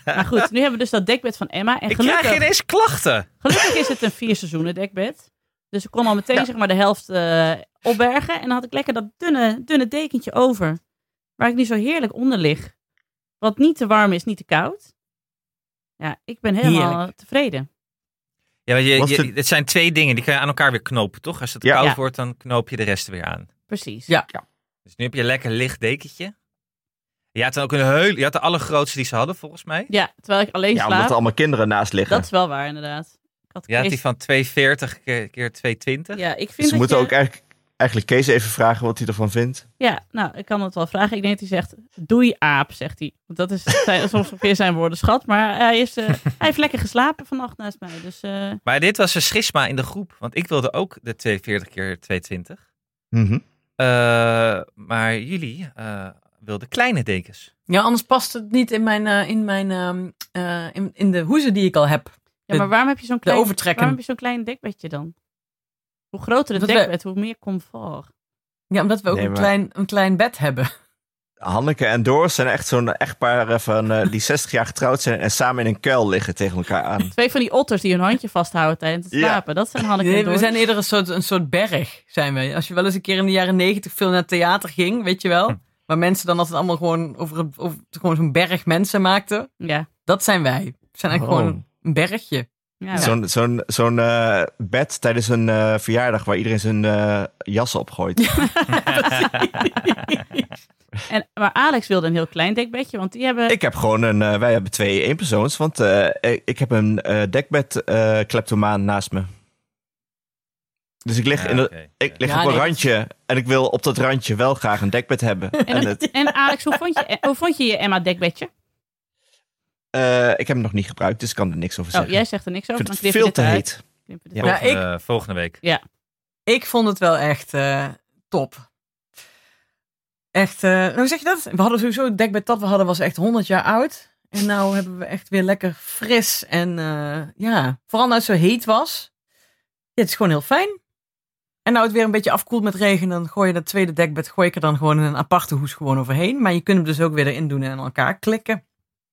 Maar goed, nu hebben we dus dat dekbed van Emma. En Ik gelukkig, krijg ineens klachten. gelukkig is het een vier seizoenen dekbed. Dus ik kon al meteen zeg maar de helft eh, opbergen. En dan had ik lekker dat dunne, dunne dekentje over. Waar ik nu zo heerlijk onder lig. Wat niet te warm is, niet te koud. Ja, ik ben helemaal Heerlijk. tevreden. Ja, maar je, Wat je- voor- het zijn twee dingen, die kun je aan elkaar weer knopen, toch? Als het Ja. koud Ja. wordt, dan knoop je de rest er weer aan. Precies. Ja. Dus nu heb je een lekker licht dekentje. Je had dan ook een heul, je had de allergrootste die ze hadden, volgens mij. Ja, terwijl ik alleen Ja, omdat slaap. er allemaal kinderen naast liggen. Dat is wel waar, inderdaad. Ik had Je had Kees- die van 240 keer, keer 220. Ja, ik vind dus we dat moeten je- ook eigenlijk, eigenlijk Kees even vragen wat hij ervan vindt. Ja, nou, ik kan het wel vragen. Ik denk dat hij zegt, doei aap, zegt hij. Want dat is zijn, soms ongeveer zijn woorden schat. Maar hij, is, eh, hij heeft lekker geslapen vannacht naast mij. Dus eh, Maar dit was een schisma in de groep, want ik wilde ook de 240 keer 220. Mhm. Eh, maar jullie eh, wilden kleine dekens. Ja, anders past het niet in, mijn, eh, in, mijn, ehm, eh, in, in de hoezen die ik al heb. ja, maar waarom heb je zo'n klein, overtrekken. waarom heb je zo'n klein dekbedje dan? Hoe groter het Dat we- dekbed, hoe meer comfort. Ja, omdat we ook Nee, een, maar- klein, een klein bed hebben. Hanneke en Doris zijn echt zo'n echtpaar eh, van, eh, die 60 jaar getrouwd zijn en samen in een kuil liggen tegen elkaar aan. Twee van die otters die hun handje vasthouden tijdens het Ja. slapen. Dat zijn Hanneke en Nee, we Doris. zijn eerder een soort, een soort berg, zijn we. Als je wel eens een keer in de jaren negentig veel naar het theater ging, weet je Hm. wel. Waar mensen dan altijd allemaal gewoon over, het- over het- gewoon zo'n berg mensen maakten. Ja. Dat zijn wij. We zijn eigenlijk Oh. gewoon een bergje. ja. Zo'n zo'n zo'n eh, bed tijdens een eh, verjaardag waar iedereen zijn eh, jas opgooit. En, maar Alex wilde een heel klein dekbedje, want die hebben... Ik heb gewoon een, eh, wij hebben twee eenpersoons, want eh, ik- ik heb een eh, dekbed eh kleptomaan naast me. Dus ik lig, in de, oké. ik lig Ja, op een nee, dat- randje en ik wil op dat randje wel graag een dekbed hebben. en het, En Alex, hoe vond je, hoe vond je je Emma-dekbedje? eh, ik heb hem nog niet gebruikt, dus ik kan er niks over Oh, zeggen. jij zegt er niks ik over. vind Dan het knippen we veel dit eruit. te heet. Knippen we dit Ja. eruit. Nou, ik- Volgende- Eh, volgende week. Ik vond het wel echt eh, top. Echt, eh, hoe zeg je dat? We hadden sowieso het dekbed dat we hadden was echt 100 jaar oud. En nou hebben we echt weer lekker fris. En eh, ja, vooral nou het zo heet was. Ja, het is gewoon heel fijn. En nou het weer een beetje afkoelt met regen. Dan gooi je dat tweede dekbed gooi ik er dan gewoon in een aparte hoes gewoon overheen. Maar je kunt hem dus ook weer erin doen en aan elkaar klikken.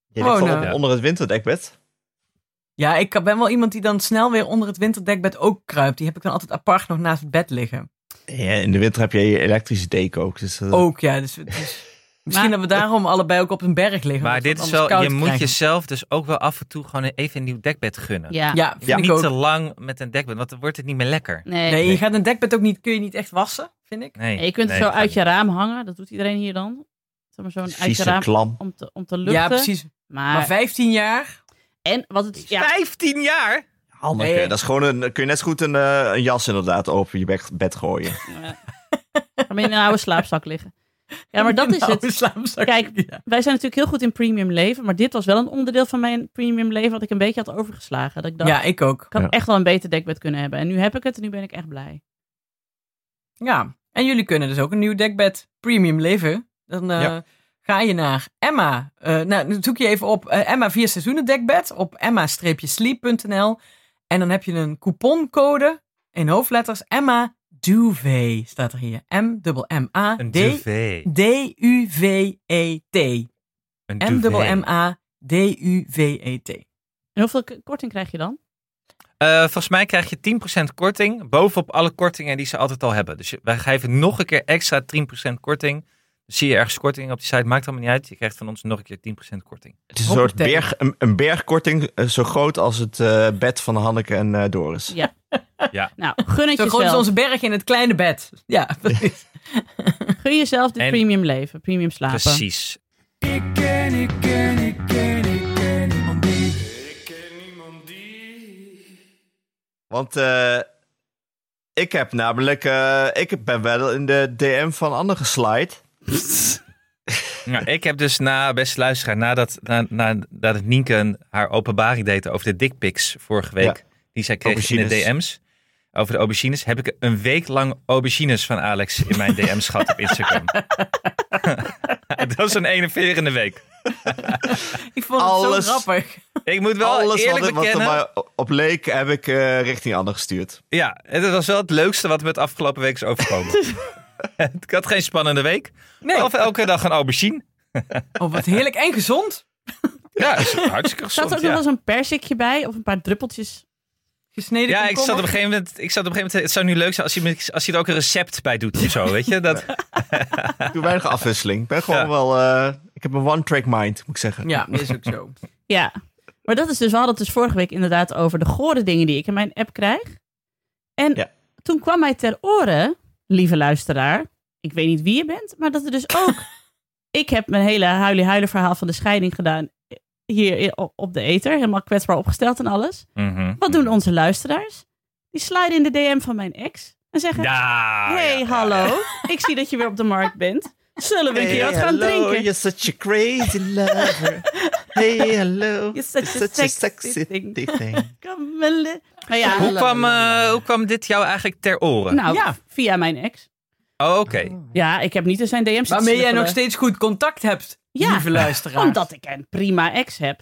Je ligt Gewoon, wel op- eh, onder het winterdekbed. Ja, ik ben wel iemand die dan snel weer onder het winterdekbed ook kruipt. Die heb ik dan altijd apart nog naast het bed liggen. Ja, in de winter heb je je elektrische deken ook. Dus, eh, Ook, ja. Dus, dus misschien Maar- dat we daarom allebei ook op een berg liggen. Maar omdat we dit is het anders wel, je koud moet krijgen. jezelf dus ook wel af en toe gewoon even een nieuw dekbed gunnen. Ja. Ja, vind Niet ik ook. te lang met een dekbed, want dan wordt het niet meer lekker. Nee. Nee, je gaat een dekbed ook niet, kun je niet echt wassen, vind ik. Nee, je kunt nee, het zo dat gaat uit je niet. raam hangen. Dat doet iedereen hier dan. Zeg maar zo'n uit je vieze raam klam. om te, om te luchten. Ja, precies. Maar, Maar 15 jaar? en wat het... Ja, 15 jaar? Hanneke, Nee. dat is gewoon een, kun je net zo goed een, eh, een jas inderdaad over je bek- bed gooien. Ga maar in een oude slaapzak liggen. Ja, maar dat is Nou, het. we slaan hem straks- Kijk, ja. Wij zijn natuurlijk heel goed in premium leven. Maar dit was wel een onderdeel van mijn premium leven. Wat ik een beetje had overgeslagen. Dat ik dacht, ja, ik ook. ik had Ja. echt wel een beter dekbed kunnen hebben. En nu heb ik het en nu ben ik echt blij. Ja. En jullie kunnen dus ook een nieuw dekbed premium leven. Dan eh, Ja. ga je naar Emma. Eh, nou, dan zoek je even op eh, Emma 4 seizoenen dekbed op emma-sleep.nl. En dan heb je een couponcode in hoofdletters Emma Duvet staat er hier. M-M-A. Een D E duvet. D-U-V-E-T. Een duvet. M-M-A-D-U-V-E-T. En hoeveel k- korting krijg je dan? Eh, volgens mij krijg je 10% korting bovenop alle kortingen die ze altijd al hebben. Dus je- wij geven nog een keer extra 10% korting. Zie je ergens korting op die site, maakt allemaal niet uit. Je krijgt van ons nog een keer 10% korting. Het is een soort Hoppatee. berg, een, een bergkorting eh, zo groot als het eh, bed van Hanneke en eh, Doris. Ja. Ja. Nou, gun het Zo groot is jezelf. onze berg in het kleine bed. Ja, precies. Gun jezelf dit En- premium leven. Premium slapen. Precies. Ik ken, ik ken, ik ken, ik ken niemand die. Ik ken niemand die. Want eh, ik heb namelijk, eh, ik ben wel in de DM van Anne geslide. Nou, ik heb dus na, beste luisteraar, nadat, na, na, nadat Nienke een- haar openbaring deed over de dickpics vorige week, Ja. die zij kreeg in de DM's, Aubergines. over de aubergines, heb ik een week lang aubergines van Alex in mijn DM's gehad op Instagram. Dat was een enerverende week. Ik vond het Alles- zo grappig. Ik moet wel Alles eerlijk wat, wat er bekennen. maar op leek, heb ik eh, richting Anne gestuurd. Ja, het was wel het leukste wat me het afgelopen week is overkomen. ik had geen spannende week. Nee, Of elke dag een aubergine. oh, wat heerlijk en gezond. Ja, is hartstikke Zat er gezond. ook ja. nog wel zo'n persikje bij? Of een paar druppeltjes? Gesneden Ja, ik komkommer. zat op een gegeven moment. Ik zat op een gegeven moment. Het zou nu leuk zijn als je, met- als je er ook een recept bij doet of zo. Weet je? Dat, Ik doe weinig afwisseling. Ik ben gewoon Ja. wel, eh, ik heb een one-track mind, moet ik zeggen. Ja, dat is ook zo. Ja. Maar dat is dus, we hadden het dus vorige week inderdaad over de gore dingen die ik in mijn app krijg. En Ja. toen kwam mij ter oren, lieve luisteraar, ik weet niet wie je bent, maar dat er dus ook... ik heb mijn hele huilie-huilen verhaal van de scheiding gedaan eh, hier i- o- op de ether. Helemaal kwetsbaar opgesteld en alles. Mhm. Wat doen onze luisteraars? Die sliden in de DM van mijn ex en zeggen... Ja. hey, ja, ja, hallo. ja. Ik zie dat je weer op de markt bent. Zullen we een keer Hey, wat gaan hallo, drinken? You're such a crazy lover. hey, hello. You're such a sexy thing. Come and li- Nou ja, Hoe kwam, eh, hoe kwam dit jou eigenlijk ter oren? Nou, Ja. via mijn ex. oh, Oké. Ja, ik heb niet in zijn DM's zitten Waarmee jij snuffelen. nog steeds goed contact hebt, Ja, lieve luisteraar. Omdat ik een prima ex heb.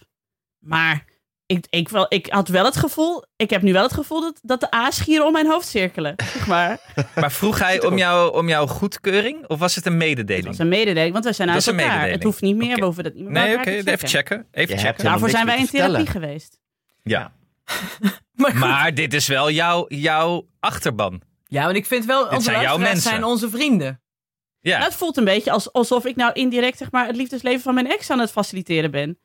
Maar ik, ik, wel, ik had wel het gevoel, ik heb nu wel het gevoel dat, dat de aasgieren om mijn hoofd cirkelen. Zeg maar. Maar vroeg hij om, jou, om jouw goedkeuring of was het een Dat is mededeling? een mededeling, want wij zijn Dat uit is een elkaar. mededeling. Het hoeft niet meer Oké. boven dat iemand Nee, elkaar oké, te even Nou, checken. Even Je checken. hebt- Daarvoor helemaal zijn wij in niks meer te therapie vertellen. geweest. Ja. Maar goed. Maar dit is wel jouw, jouw achterban. ja, want ik vind wel, onze zijn jouw luisteraars mensen. zijn onze vrienden. Ja. Nou, het voelt een beetje als, alsof ik nou indirect zeg maar, het liefdesleven van mijn ex aan het faciliteren ben.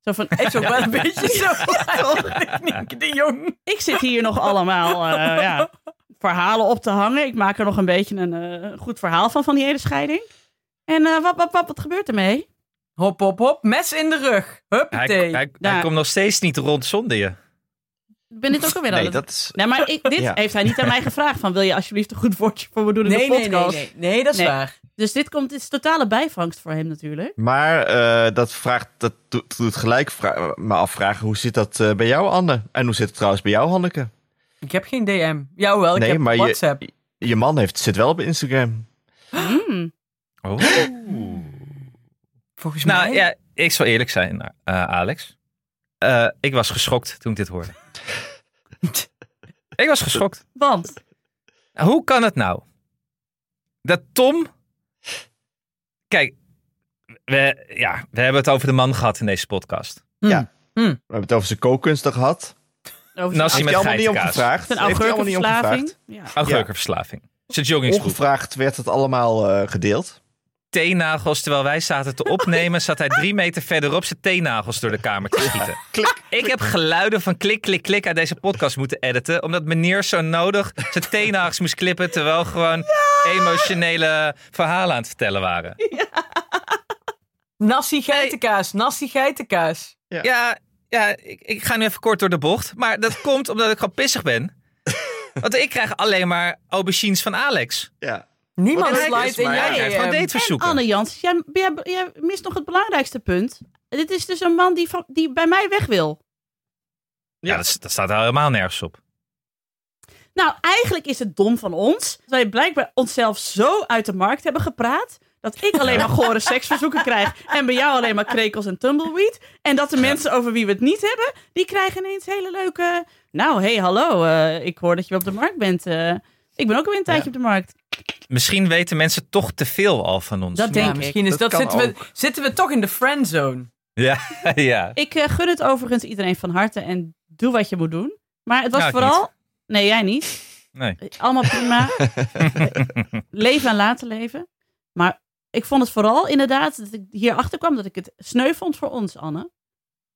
Zo van, Het is ook wel een beetje zo. eigenlijk, Nienke de Jong. ik zit hier nog allemaal eh, ja, verhalen op te hangen. Ik maak er nog een beetje een eh, goed verhaal van, van die hele scheiding. En eh, wat, wat, wat, wat gebeurt ermee? Hop, hop, hop. Mes in de rug. Hij, Huppatee. hij, hij Ja. komt nog steeds niet rond zonder je. Ik ben dit ook alweer aan Nee, het- dat is... Nee, maar ik, dit Ja. heeft hij niet aan mij gevraagd. Van, wil je alsjeblieft een goed woordje voor me doen in nee, de nee, podcast? nee, nee. Nee, dat is Nee. waar. Dus dit, komt, dit is totale bijvangst voor hem natuurlijk. Maar eh, dat, vraagt, dat do- doet gelijk vra- me afvragen, hoe zit dat eh, bij jou, Anne? En hoe zit het trouwens bij jou, Hanneke? Ik heb geen DM. Jou Oh, wel, ik Nee, heb maar je- WhatsApp. Je man heeft, zit wel op Instagram. Hmm. Oh. Volgens nou mij. ja, ik zal eerlijk zijn, eh, Alex. Eh, ik was geschokt toen ik dit hoorde. ik was geschokt. Want, Hoe kan het nou? Dat Tom. Kijk, we, ja, we hebben het over de man gehad in deze podcast. Hm. Ja. We hebben het over zijn kookkunsten gehad. over Nou, zijn zie met Heeft hij allemaal niet geitenkaas. omgevraagd. Heeft hij allemaal niet augurkenverslaving. omgevraagd. Ja. Augurkenverslaving. Zijn joggingsbroek. Ongevraagd werd het allemaal eh, gedeeld. Teennagels, terwijl wij zaten te opnemen, zat hij drie meter verderop zijn teennagels door de kamer te schieten. Klik. Ik heb geluiden van klik, klik, klik uit deze podcast moeten editen. Omdat meneer zo nodig zijn teennagels moest klippen. Terwijl gewoon emotionele verhalen aan het vertellen waren. Nassi geitenkaas. Nassi geitenkaas. Ja. Ja, ja ik, ik ga nu even kort door de bocht. Maar dat komt omdat ik gewoon pissig ben. Want ik krijg alleen maar aubergines van Alex. Ja. Niemand Want hij slijt is in maar- Hij jij. krijgt gewoon ehm, dateverzoeken. Anne Jans, jij, jij, jij mist nog het belangrijkste punt. Dit is dus een man die, van, die bij mij weg wil. Ja, dat, dat staat helemaal nergens op. Nou, eigenlijk is het dom van ons. Dat wij blijkbaar onszelf zo uit de markt hebben gepraat. Dat ik alleen maar gore seksverzoeken krijg. En bij jou alleen maar krekels en tumbleweed. En dat de mensen over wie we het niet hebben. Die krijgen ineens hele leuke... Nou, hey, hallo. eh, ik hoor dat je op de markt bent. eh. ik ben ook alweer een tijdje op de markt. Misschien weten mensen toch te veel al van ons. Dat denk ja, ik. misschien is Dat dat, kan zitten, we, zitten we toch in de friendzone. Ja, ja. Ik eh, gun het overigens iedereen van harte en doe wat je moet doen. Maar het was Nou, ik vooral. Nee, jij niet. Eh, Nee. Allemaal prima. leven en laten leven. Maar ik vond het vooral inderdaad dat ik hierachter kwam dat ik het sneu vond voor ons, Anne.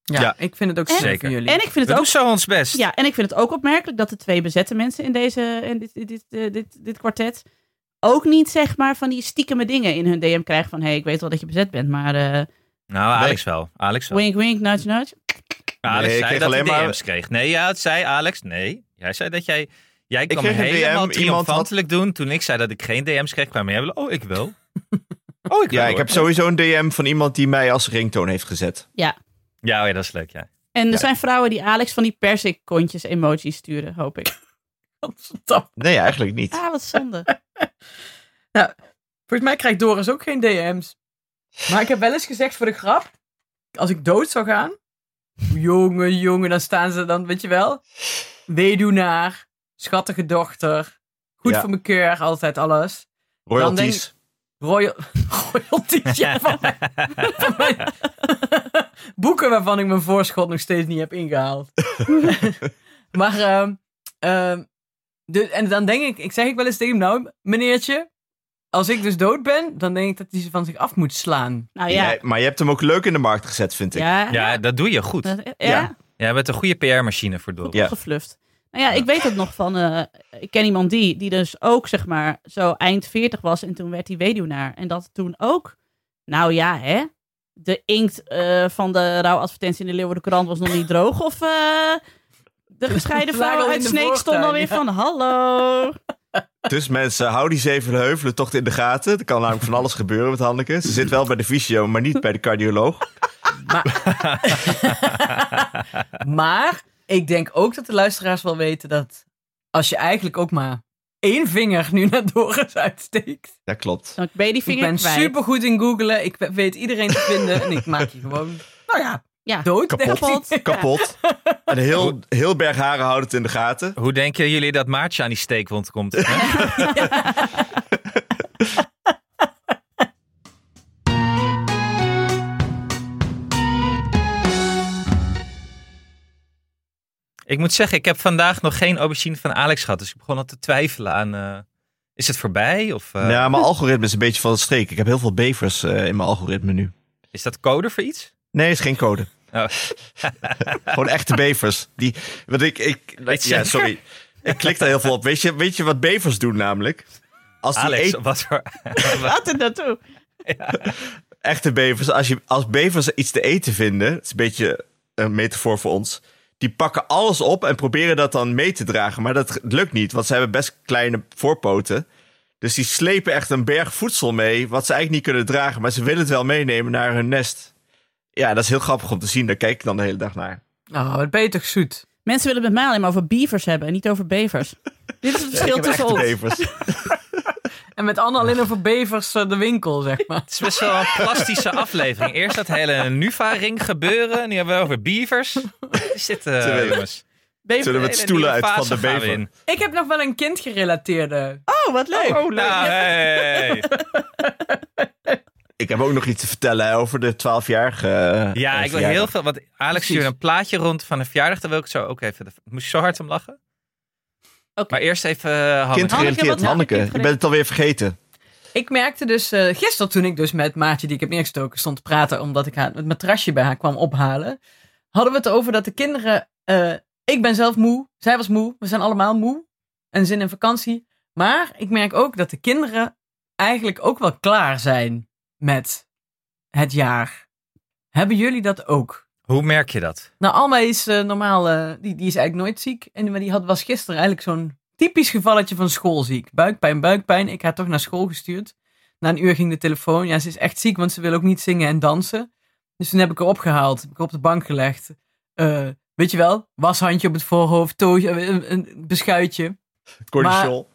Ja, Ja. ik vind het ook En- zeker Zeker. jullie. En ik We vind het doen ook. zo ons best. Ja, en ik vind het ook opmerkelijk dat de twee bezette mensen in, deze, in dit, dit, dit, eh, dit, dit kwartet ook niet zeg maar van die stiekeme dingen in hun DM krijgen van hé, hey, ik weet wel dat je bezet bent, maar eh, Nou, Alex wel. Alex wel. Nou, wink wink, nudge nudge. Alex Nee, ik zei kreeg dat hij alleen maar- DM's kreeg. Nee, ja, het zei Alex. Nee, jij zei dat jij... Jij kwam kreeg een helemaal DM, iemand had- triomfantelijk doen. Toen ik zei dat ik geen DM's kreeg, kwam jij wel. Oh, ik wel. Oh, ik wel. Ja, ik hoor. heb sowieso een DM van iemand die mij als ringtoon heeft gezet. Ja, oh ja, dat is leuk, ja. En er Ja. zijn vrouwen die Alex van die persikkontjes emoties sturen, hoop ik. Stap. Nee, eigenlijk niet. Ah, wat zonde. Nou, Volgens mij krijgt Doris ook geen DM's. Maar ik heb wel eens gezegd voor de grap, als ik dood zou gaan, jongen, jongen, dan staan ze dan, weet je wel, weduwnaar, schattige dochter, goed Ja. voor mijn keur, altijd alles. Royalties. Royal, royalties ja, van mijn, van mijn- boeken waarvan ik mijn voorschot nog steeds niet heb ingehaald. maar, ehm, ehm, de, en dan denk ik, ik zeg ik wel eens tegen hem, nou meneertje, als ik dus dood ben, dan denk ik dat hij ze van zich af moet slaan. Nou ja. Jij- maar je hebt hem ook leuk in de markt gezet, vind ik. Ah, Ja, Ja, dat doe je goed. Dat- ja, Ja. Jij bent een goede PR-machine voor Doris. Ja. opgefluft. Nou ja, ik weet het nog van, eh, ik ken iemand die, die dus ook zeg maar zo eind 40 was en toen werd hij weduwnaar. En dat toen ook, nou ja hè, de inkt eh, van de rouwadvertentie in de Leeuwarden Krant was nog niet droog. Of eh, de gescheiden Het lag al vrouwen in uit de Sneek voortuin, stonden alweer ja. van, hallo. Dus mensen, hou die zeven heuvelen toch in de gaten. Er kan namelijk van alles gebeuren met Hanneke. Ze zit wel bij de fysio, maar niet bij de cardioloog. Maar ik denk ook dat de luisteraars wel weten dat als je eigenlijk ook maar één vinger nu naar Doris uitsteekt, Dat klopt. Dan ben je die Ik vinger ben kwijt. supergoed in googlen. Ik weet iedereen te vinden. en ik maak je gewoon. Nou ja, Ja, Dood? Kapot. denk ik. Kapot. Een heel, heel berg haren houdt het in de gaten. Hoe denken jullie dat Maartje aan die steekwond komt? hè? ik moet zeggen, ik heb vandaag nog geen aubergine van Alex gehad. Dus ik begon al te twijfelen aan, eh, is het voorbij? Of eh, Ja, mijn algoritme is een beetje van het streek. Ik heb heel veel bevers eh, in mijn algoritme nu. is dat code voor iets? Nee, is geen code. Oh. Gewoon echte bevers. Die, want ik, ik, Weet je ja, zeker? sorry. Ik klik daar heel veel op. Weet je, weet je wat bevers doen namelijk? Als die Alex, eten- wat voor... gaat er naartoe? echte bevers, als, je, als bevers iets te eten vinden, het is een beetje een metafoor voor ons, die pakken alles op en proberen dat dan mee te dragen. Maar dat lukt niet, want ze hebben best kleine voorpoten. Dus die slepen echt een berg voedsel mee, wat ze eigenlijk niet kunnen dragen. Maar ze willen het wel meenemen naar hun nest. Ja, dat is heel grappig om te zien. Daar kijk ik dan de hele dag naar. Oh, wat ben je toch zoet. Mensen willen het met mij alleen maar over beavers hebben en niet over bevers. Dit is het verschil Ik heb tussen echte ons. bevers. En met Anne alleen over bevers eh, de winkel, zeg maar. Het is best wel een plastische aflevering. Eerst dat hele Nuva-ring gebeuren. Nu hebben we over beavers. Wat Is dit, eh, Zullen we- jongens? Bever- Zullen we het stoelen uit van de Fase gaan we bever? in. Ik heb nog wel een kindgerelateerde. Oh, wat leuk. Nou, hey. Ik heb ook nog iets te vertellen hè, over de 12-jarige. eh, Ja, eh, ik wil verjaardag. heel veel. Want Alex stuurde een plaatje rond van een verjaardag. Daar wil ik het zo ook even. Moest je zo hard om lachen? Oké. Maar eerst even eh, Hanne. Kind gerelateerd. Hanneke, Hanneke, wat- je bent het alweer vergeten. Ik merkte dus eh gisteren toen ik dus met Maartje, die ik heb neergestoken, stond te praten omdat ik haar, het matrasje bij haar kwam ophalen. Hadden we het over dat de kinderen... eh, ik ben zelf moe, zij was moe, we zijn allemaal moe. En zin in vakantie. Maar ik merk ook dat de kinderen eigenlijk ook wel klaar zijn met het jaar. Hebben jullie dat ook? Hoe merk je dat? Nou, Alma is eh, normaal, eh, die, die is eigenlijk nooit ziek. En maar die had, was gisteren eigenlijk zo'n typisch gevalletje van schoolziek. Buikpijn, buikpijn. Ik had toch naar school gestuurd. Na een uur ging de telefoon. Ja, ze is echt ziek, want ze wil ook niet zingen en dansen. Dus toen heb ik haar opgehaald. Heb ik haar op de bank gelegd. Eh, weet je wel, washandje op het voorhoofd, toogje, eh, een, een beschuitje. Cordial.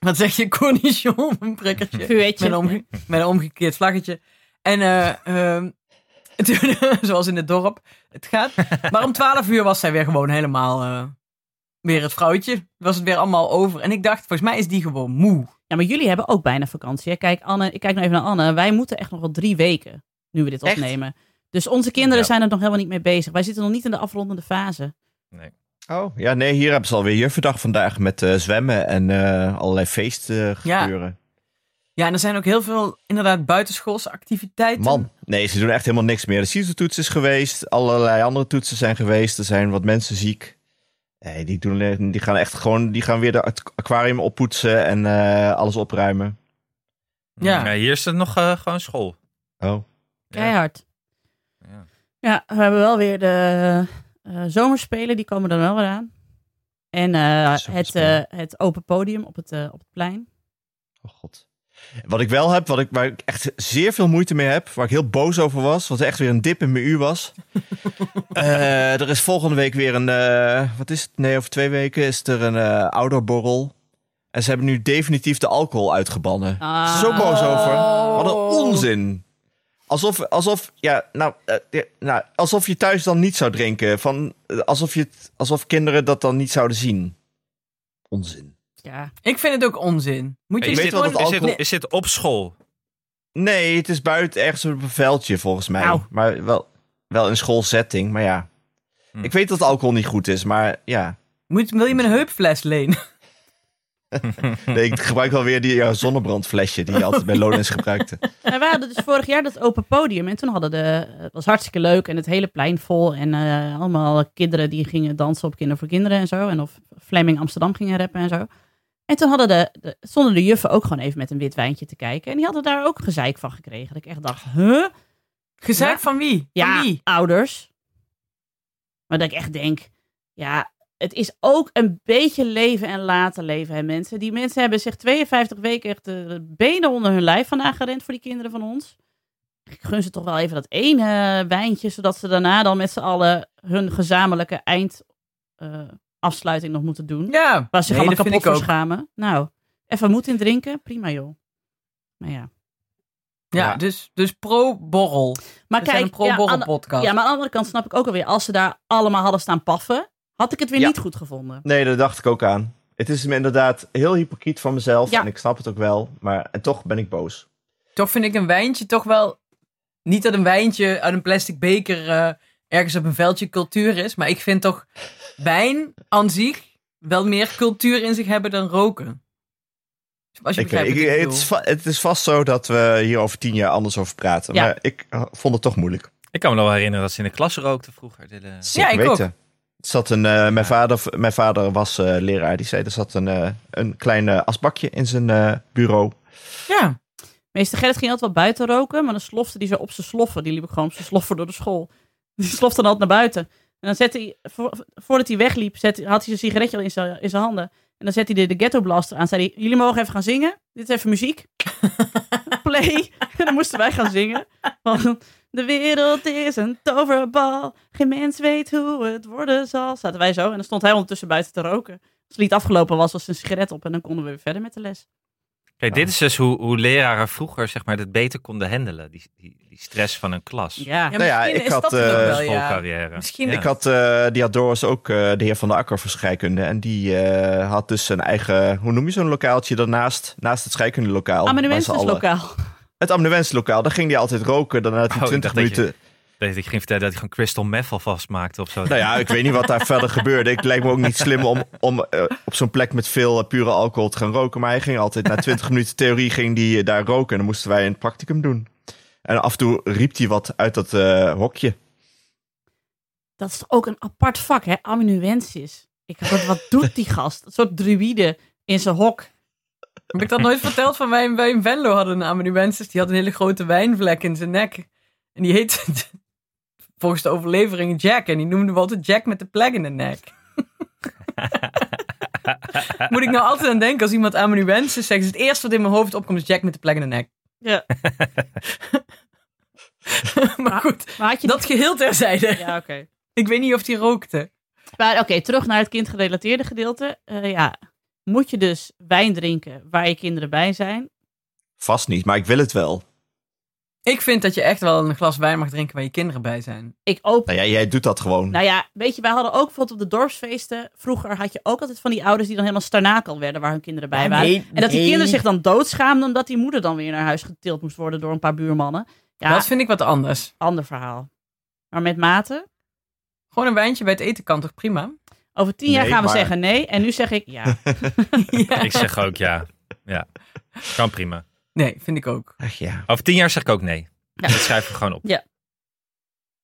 Wat zeg je, cornichon, een prikkertje. Vuurtje. Met een, omge- met een omgekeerd vlaggetje. En eh, ehm, toen, zoals in het dorp het gaat. Maar om 12 uur was zij weer gewoon helemaal eh, weer het vrouwtje. Was het weer allemaal over. En ik dacht, volgens mij is die gewoon moe. Ja, maar jullie hebben ook bijna vakantie. hè? Kijk, Anne, ik kijk nou even naar Anne. Wij moeten echt nog wel drie weken nu we dit Echt? opnemen. Dus onze kinderen Ja. zijn er nog helemaal niet mee bezig. Wij zitten nog niet in de afrondende fase. Oh, ja, nee, hier hebben ze alweer jufferdag vandaag met eh, zwemmen en eh, allerlei feesten eh, Ja. gebeuren. Ja, en er zijn ook heel veel inderdaad buitenschoolse activiteiten. Man, nee, ze doen echt helemaal niks meer. De CISO-toets is geweest, allerlei andere toetsen zijn geweest, er zijn wat mensen ziek. Nee, die, doen, eh, die gaan echt gewoon, die gaan weer het aquarium oppoetsen en eh, alles opruimen. Ja. Nou, hier is het nog eh, gewoon school. Oh, Keihard. Ja. Ja. we hebben wel weer de eh, zomerspelen. Die komen dan wel weer aan. En eh, het, eh, Zomerspelen. het open podium op het, eh, op het plein. oh god. Wat ik wel heb, wat ik, waar ik echt zeer veel moeite mee heb, waar ik heel boos over was, wat echt weer een dip in mijn uur was. Eh, er is volgende week weer een, eh, wat is het? Nee, over twee weken is er een eh ouderborrel. En ze hebben nu definitief de alcohol uitgebannen. Ah. Zo boos over. Wat een Oh. onzin. Alsof, alsof, ja, nou, eh, ja, nou, alsof je thuis dan niet zou drinken. Van, eh, alsof, je het, alsof kinderen dat dan niet zouden zien. Onzin. Ja. Ik vind het ook onzin. Moet je Is, weet dit, wel gewoon- dat is, alcohol- dit, is dit op school? Nee, het is buiten ergens op een veldje volgens mij. Au. Maar wel, wel een schoolsetting, maar ja. Hm. Ik weet dat alcohol niet goed is, maar ja. moet, wil je me een heupfles lenen? Nee, ik gebruik wel weer die eh, zonnebrandflesje die je altijd bij Lowlands gebruikte. Nou, we hadden dus vorig jaar dat open podium. En toen hadden de. Het was hartstikke leuk en het hele plein vol. En eh, allemaal kinderen die gingen dansen op Kinder voor Kinderen en zo. En of Fleming Amsterdam gingen rappen en zo. En toen hadden de, de, stonden de juffen ook gewoon even met een wit wijntje te kijken. En die hadden daar ook gezeik van gekregen. Dat ik echt dacht, huh? Gezeik Ja. van wie? Ja, Van wie? ouders. Maar dat ik echt denk, ja, het is ook een beetje leven en laten leven, hè, mensen. Die mensen hebben zich 52 weken echt de de benen onder hun lijf vandaan gerend voor die kinderen van ons. Ik gun ze toch wel even dat ene eh, wijntje, zodat ze daarna dan met z'n allen hun gezamenlijke eindafsluiting nog moeten doen. Ja, Waar ze zich nee, allemaal dat vind kapot ik voor ook. schamen. Nou, even moed in drinken, prima joh. Maar ja, Ja, Ja. dus, dus pro-borrel. Maar We zijn een kijk, ja, aan de- pro-borrel-podcast. ja, maar aan de andere kant snap ik ook alweer. Als ze daar allemaal hadden staan paffen, had ik het weer Ja. niet goed gevonden. Nee, daar dacht ik ook aan. Het is me inderdaad heel hypocriet van mezelf. Ja. En ik snap het ook wel. Maar en toch ben ik boos. Toch vind ik een wijntje toch wel... Niet dat een wijntje uit een plastic beker eh, ergens op een veldje cultuur is. Maar ik vind toch wijn aan zich wel meer cultuur in zich hebben dan roken. Als je Ik, eh, begrijpt ik, wat ik het, bedoel. is va- het is vast zo dat we hier over tien jaar anders over praten. Ja. Maar ik eh, vond het toch moeilijk. Ik kan me nog wel herinneren dat ze in de klas rookten vroeger. Dit, eh, ik Er Zat een, eh, mijn, vader, mijn vader was eh, leraar. Die zei, er zat een, eh, een klein eh, asbakje in zijn eh, bureau. Ja, Meester Gerrit ging altijd wel buiten roken, maar dan slofte die zo op zijn sloffen. Die liep ik gewoon op zijn sloffen door de school. Die slofte dan altijd naar buiten. En dan zette hij, vo- voordat hij wegliep, zette, had hij zijn sigaretje al in zijn, in zijn handen. En dan zette hij de, de ghetto blaster aan. Zei hij, jullie mogen even gaan zingen. Dit is even muziek. Play. en dan moesten wij gaan zingen. Van, de wereld is een toverbal. Geen mens weet hoe het worden zal. Zaten wij zo. En dan stond hij ondertussen buiten te roken. Als het lied afgelopen was, was zijn sigaret op. En dan konden we weer verder met de les. Kijk, dit is dus hoe, hoe leraren vroeger zeg maar, het beter konden handelen. Die, die, die stress van een klas. Ja. ja Nou ja, misschien ik is had, dat het ook eh, wel, ja. schoolcarrière. Misschien- Ja. Ik had, eh, die had Doris ook eh, de heer Van der Akker voor scheikunde. En die eh, had dus zijn eigen, hoe noem je zo'n lokaaltje daarnaast? Naast het scheikundelokaal. waar ze Amenuensis alle- lokaal. Het amendementslokaal. Daar ging hij altijd roken. Dan had hij Oh, ik 20 dacht dat je- minuten... Dat ik ging vertellen dat ik gewoon crystal meth alvast maakte of zo. Nou ja, ik weet niet wat daar verder gebeurde. Ik lijkt me ook niet slim om, om eh, op zo'n plek met veel eh, pure alcohol te gaan roken. Maar hij ging altijd na 20 minuten theorie ging die eh, daar roken. En dan moesten wij een practicum doen. En af en toe riep hij wat uit dat eh, hokje. Dat is toch ook een apart vak, hè? Aminuensis. Ik dacht, wat doet die gast? Een soort druïde in zijn hok. Heb ik dat nooit verteld van wij, wij in Venlo hadden namen die mensen. Die had een hele grote wijnvlek in zijn nek. En die heette volgens de overlevering Jack. En die noemde we altijd Jack met de plek in de nek. Moet ik nou altijd aan denken als iemand amanuensis zegt. is Het eerste wat in mijn hoofd opkomt is Jack met de plek in de nek. Ja. maar goed, Maar had je dat geheel terzijde. die- Ah. Ja, oké. Ik weet niet of die rookte. Maar oké, terug naar het kindgerelateerde gedeelte. Eh, ja, moet je dus wijn drinken waar je kinderen bij zijn? Vast niet, maar ik wil het wel. Ik vind dat je echt wel een glas wijn mag drinken waar je kinderen bij zijn. Ik ook. Nou ja, jij doet dat gewoon. Nou ja, weet je, wij hadden ook bijvoorbeeld op de dorpsfeesten. Vroeger had je ook altijd van die ouders die dan helemaal starnakel werden waar hun kinderen bij waren. en dat die kinderen zich dan doodschaamden omdat die moeder dan weer naar huis getild moest worden door een paar buurmannen. Ja, Dat vind ik wat anders. ander verhaal. Maar met mate. Gewoon een wijntje bij het eten kan toch prima? Over tien jaar Nee, gaan we maar- zeggen nee. En nu zeg ik ja. Ja. Ik zeg ook ja. Ja, kan prima. Nee, vind ik ook. Ach ja. Over tien jaar zeg ik ook nee. Ja. Dat schrijf ik gewoon op.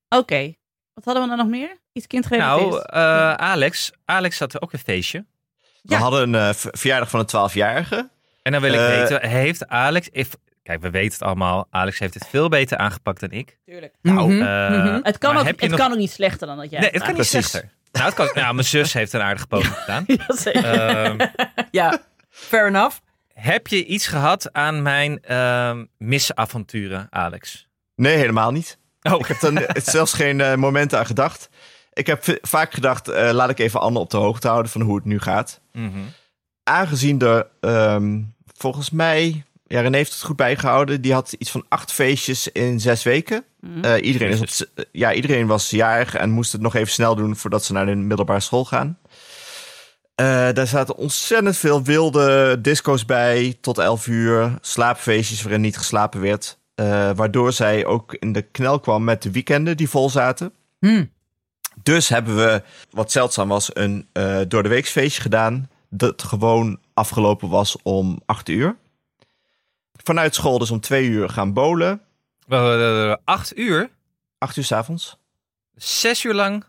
Oké. Wat hadden we dan nog meer? Iets kindgerelateerd? Nou, eh, Alex. Alex had ook een feestje. We hadden een eh, ver- verjaardag van een 12-jarige. En dan wil ik Eh. weten, heeft Alex... if- kijk, we weten het allemaal. Alex heeft het veel beter aangepakt dan ik. Nou, Mhm, Eh, mhm. het kan, maar ook, heb je het nog- kan ook niet slechter dan dat jij. Nee, het kan niet Precies. slechter. Nou, het kan, nou, mijn zus heeft een aardige poging gedaan. niet. Ja, zeker. Ehm, eh, Ja, fair enough. heb je iets gehad aan mijn ehm misavonturen, Alex? Nee, helemaal niet. Oh, Ik heb er zelfs geen eh, moment aan gedacht. Ik heb v- vaak gedacht, eh, laat ik even Anne op de hoogte houden van hoe het nu gaat. mhm. aangezien er ehm, volgens mij, ja, René heeft het goed bijgehouden. Die had iets van acht feestjes in zes weken. Mhm. Eh, iedereen, is op, z- ja, iedereen was jarig en moest het nog even snel doen voordat ze naar de middelbare school gaan. Eh, daar zaten ontzettend veel wilde disco's bij, tot elf uur. Slaapfeestjes waarin niet geslapen werd. eh, waardoor zij ook in de knel kwam met de weekenden die vol zaten. Hmm. Dus hebben we, wat zeldzaam was, een eh door de weeksfeestje gedaan. Dat gewoon afgelopen was om 8 uur. Vanuit school dus om 2 uur gaan bowlen. Wel, eh, Acht uur? 8 uur s'avonds. Zes uur lang?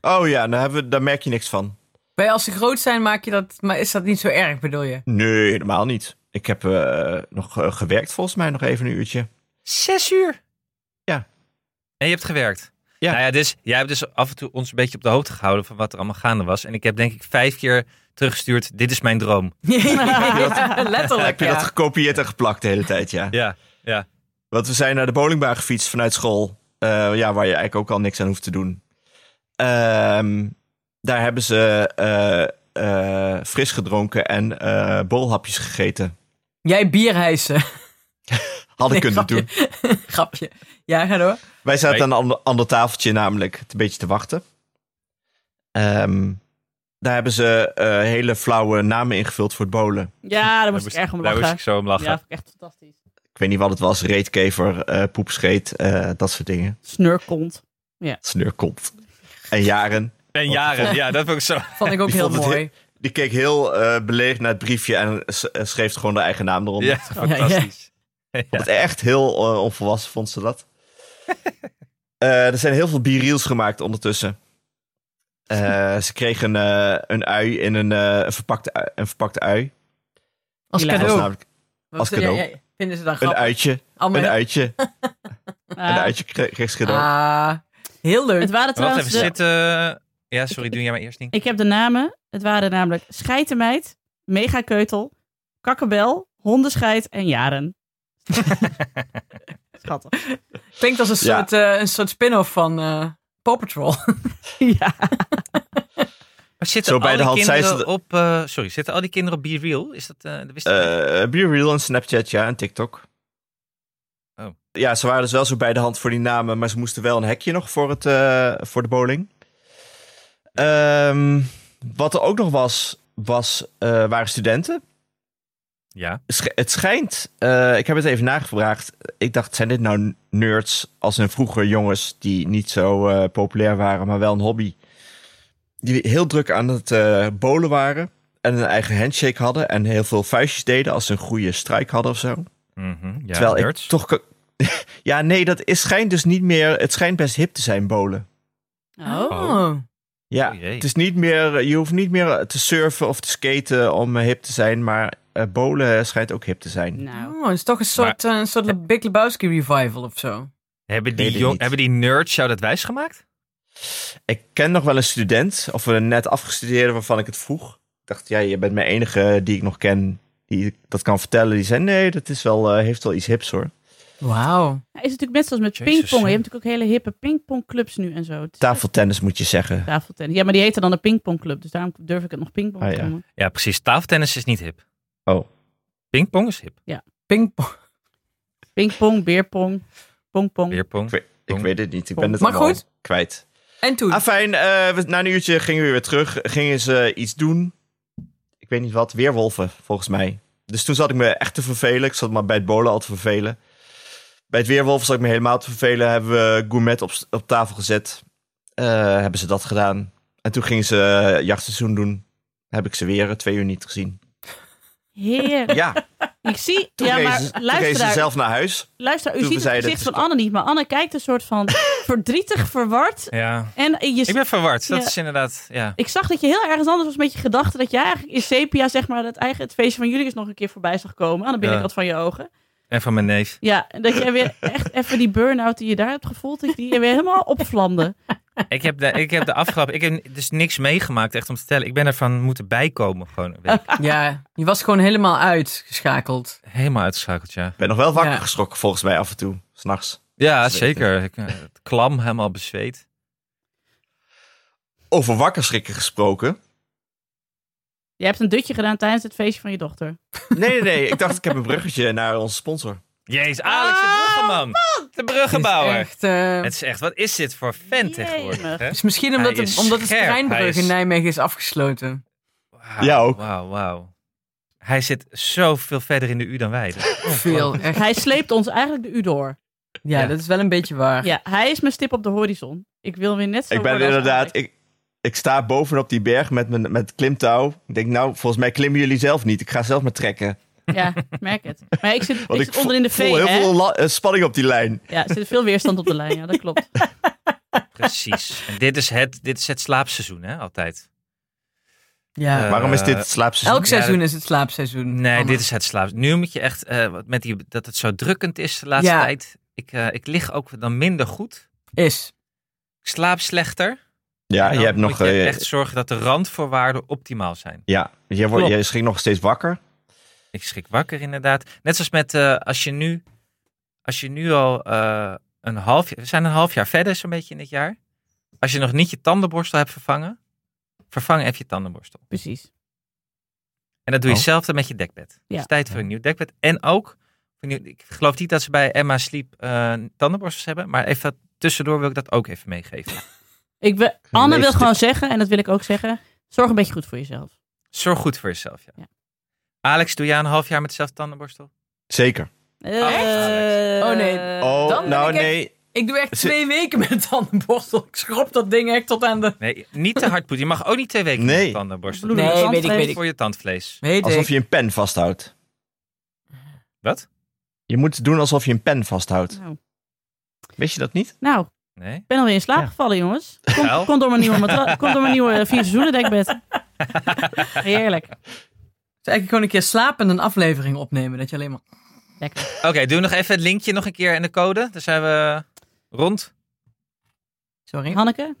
Oh ja, daar, hebben we, daar merk je niks van. Bij als ze groot zijn, maak je dat. Maar is dat niet zo erg, bedoel je? Nee, helemaal niet. Ik heb eh, nog eh, gewerkt volgens mij nog even een uurtje. Zes uur? Ja. En je hebt gewerkt? Ja. Nou ja, dus jij hebt dus af en toe ons een beetje op de hoogte gehouden van wat er allemaal gaande was. En ik heb denk ik vijf keer teruggestuurd, dit is mijn droom. Ja, letterlijk. heb je Oh, ja. dat gekopieerd en geplakt de hele tijd, ja. Ja, ja. Want we zijn naar de bowlingbaan gefietst vanuit school. Eh, ja, waar je eigenlijk ook al niks aan hoeft te doen. Ehm, daar hebben ze eh, eh, fris gedronken en eh bolhapjes gegeten. Jij bierhijsen. Hadden Nee, kunnen grapje. doen. Grapje. Ja, ga door. Wij zaten Nee. aan een ander, ander tafeltje namelijk een beetje te wachten. Ehm, daar hebben ze eh, hele flauwe namen ingevuld voor het bolen. Ja, daar Daar moest ik erg om Daar moest lachen. ik zo om lachen. Ja, vond ik echt fantastisch. Ik weet niet wat het was. Reetkever, eh, poepscheet, eh, dat soort dingen. Snurkont. Sneurkop. En Jaren, En jaren, ja, dat vond ik zo. Vond ik ook Die heel vond het mooi. die keek heel eh, beleefd naar het briefje en s- eh, schreef gewoon de eigen naam eronder. Ja, fantastisch. Ja. Het echt heel eh, onvolwassen vond ze dat. Eh, er zijn heel veel bierreels gemaakt ondertussen. Eh, ze kregen eh, een ui in een, eh, een, verpakte, ui- een verpakte ui. Als Ja. Dat was cadeau. namelijk Wat als vind cadeau. jij- jij- vinden ze dan een grappig? uitje. Allemaal- Een uitje. Een Ah, uitje kreeg kreeg ze cadeau. Ah, heel leuk. Eh, het waren Maar Wacht trouwens... eh, even de- zitten. Ja, sorry, doe jij maar eerst niet. Ik heb de namen. Het waren namelijk Scheitenmeid, Megakeutel, Kakkebel, Hondenscheid en Jaren. Schattig. Klinkt als een Ja. soort, eh, een soort spin-off van eh Paw Patrol. Ja. Maar zitten Zo bij al de die hand zei ze kinderen dat- op... eh, sorry, zitten al die kinderen op Be Real? Is dat... eh, dat wist ik niet. Eh bierreel en Snapchat, ja. En TikTok. Oh. Ja, ze waren dus wel zo bij de hand voor die namen. Maar ze moesten wel een hekje nog voor, het, eh, voor de bowling. Ehm, wat er ook nog was, was eh, waren studenten. ja. Sch- het schijnt, eh, ik heb het even nagevraagd. Ik dacht, zijn dit nou nerds als in vroeger jongens die niet zo eh, populair waren, maar wel een hobby? Die heel druk aan het eh bolen waren en een eigen handshake hadden en heel veel vuistjes deden als ze een goede strijk hadden of zo. Mhm, ja, Terwijl nerds. ik toch... ko- ja, nee, dat is, schijnt dus niet meer... Het schijnt best hip te zijn, bolen. Oh. Ja, Oh jee. het is niet meer... eh, Je hoeft niet meer te surfen of te skaten om eh, hip te zijn, maar eh bolen schijnt ook hip te zijn. Nou. Oh, het is toch een soort, eh, een soort Le- Big Lebowski revival of zo. Hebben Weet die, ik jong, niet. hebben die nerds jou dat wijsgemaakt? Ik ken nog wel een student, of een net afgestudeerde waarvan ik het vroeg. Ik dacht, ja, je bent mijn enige die ik nog ken die dat kan vertellen. Die zei, nee, dat is wel, eh, heeft wel iets hips hoor. Wauw. Hij is natuurlijk net zoals met Jezus, pingpongen. hè. Je hebt natuurlijk ook hele hippe pingpongclubs nu en zo. Het is Tafeltennis moet je zeggen. echt Tafeltennis. Ja, maar die heten dan een pingpongclub. Dus daarom durf ik het nog pingpong Ah, te ja. noemen. Ja, precies. Tafeltennis is niet hip. Oh. Pingpong is hip. Pingpong. Pingpong, beerpong, pongpong. Weerpong. Ik weet het niet, ik ben Kom. het Maar allemaal goed. kwijt. En toen. Afijn, eh, we- na een uurtje gingen we weer terug. Gingen ze iets doen. Ik weet niet wat, weerwolven volgens mij. Dus toen zat ik me echt te vervelen. Ik zat maar bij het bolen al te vervelen. Bij het weerwolven zat ik me helemaal te vervelen. Hebben we gourmet op, op tafel gezet. Eh, hebben ze dat gedaan. En toen gingen ze eh, jachtseizoen doen. Heb ik ze weer eh, twee uur niet gezien. Heer. Ja, Ik zie... toen ja, rezen maar ze- toen rezen ze luisteraar, zelf naar huis. luisteraar, u toen ziet het zeiden gezicht het van Anne niet. Maar Anne kijkt een soort van verdrietig, verward. Ja. En je Dus Ik ben verward. Dat Ja. is inderdaad... Ja. Ik zag dat je heel ergens anders was met je gedachten. Dat jij eigenlijk in sepia, zeg maar, het, eigen, het feestje van jullie is nog een keer voorbij zag komen. Aan de binnenkant van je ogen. En van mijn neef. Ja, en dat jij weer echt even die burn-out die je daar hebt gevoeld, dat die je weer helemaal opvlamde. Ik heb de, ik heb de afgelopen... Ik heb dus niks meegemaakt, echt om te vertellen. Ik ben ervan moeten bijkomen. Gewoon, weet ik. Ja, je was gewoon helemaal uitgeschakeld. Helemaal uitgeschakeld, ja. Ik ben nog wel wakker Ja. geschrokken volgens mij af en toe. S'nachts. Ja, Zweet, zeker. Ik, eh, het klam, helemaal bezweet. Over wakker schrikken gesproken. Je hebt een dutje gedaan tijdens het feestje van je dochter. Nee, nee, nee. Ik dacht, ik heb een bruggetje naar onze sponsor. Jezus, Alex de Bruggeman. De Het bruggenbouwer. Oh, is, echt, eh, Het is echt, wat is dit voor vent Jemig. tegenwoordig? Hè? het is misschien omdat, Hij het, is omdat het scherp, hij Strijnbrug is- in Nijmegen is afgesloten. Wauw, Ja, ook. Wauw, wauw. Hij zit zoveel verder in de U dan wij. Dat is Veel, ongelooflijk. echt. Hij sleept ons eigenlijk de u door. Ja, Oh, Ja. dat is wel een beetje waar. Ja, hij is mijn stip op de horizon. Ik wil weer net zo ik ben worden als inderdaad, Alex. ik, ik sta bovenop die berg met, mijn, met klimtouw. Ik denk, nou, volgens mij klimmen jullie zelf niet. Ik ga zelf maar trekken. Ja, ik merk het. Maar ik zit, ik Want zit voel, onderin de V, voel heel hè? veel la- eh, spanning op die lijn. Ja, er zit veel weerstand op de lijn. Ja, dat klopt. Precies. En dit is het, dit is het slaapseizoen, hè, altijd. Ja. Eh, Waarom is dit het slaapseizoen? Elk seizoen dat- is het slaapseizoen. Nee, Anne. dit is het slaapseizoen. Nu moet je echt, eh, wat met die, dat het zo drukkend is de laatste Ja. tijd. Ik, eh, ik lig ook dan minder goed. Is. Ik slaap slechter. Ja, En je dan hebt moet nog... je eh, echt zorgen dat de randvoorwaarden optimaal zijn. ja, je, wordt, Klopt. je schrik nog steeds wakker. Ik schrik wakker inderdaad. Net zoals met eh, als je nu, als je nu al eh, een half jaar, we zijn een half jaar verder zo'n beetje in dit jaar. Als je nog niet je tandenborstel hebt vervangen, vervang even je tandenborstel. Precies. En dat doe je Oh. zelf dan met je dekbed. Dus Het Ja. is tijd voor een nieuw dekbed. En ook Ik weet niet- Ik geloof niet dat ze bij Emma Sleep eh, tandenborstels hebben. Maar even dat- tussendoor wil ik dat ook even meegeven. Ik wil- Anne wil Leeftijd. gewoon zeggen, en dat wil ik ook zeggen, zorg een beetje goed voor jezelf. Zorg goed voor jezelf, ja. Ja. Alex, doe jij een half jaar met dezelfde tandenborstel? Zeker. Eh, Oh, nee. Oh, dan ben nou ik echt- nee. Ik doe echt Ze- twee weken met een tandenborstel. Ik schrop dat ding echt tot aan de... Nee, niet te hard poetsen. Je mag ook niet twee weken Nee. met de tandenborstel. Bloed- doen. Nee, weet ik, weet Voor je tandvlees. Weet Alsof ik. je een pen vasthoudt. Wat? Je moet doen alsof je een pen vasthoudt. Nou, Wist je dat niet? nou, ik Nee? ben alweer in slaap Ja. gevallen, jongens. Kom, Wel. kom door mijn nieuwe, matra- kom door mijn nieuwe eh, vier seizoenen dekbed. Heerlijk. Dus eigenlijk gewoon een keer slapen en een aflevering opnemen. Dat je alleen maar... Lekker. Oké, doe nog even het linkje nog een keer en de code. Dan zijn we rond. Sorry. Hanneke?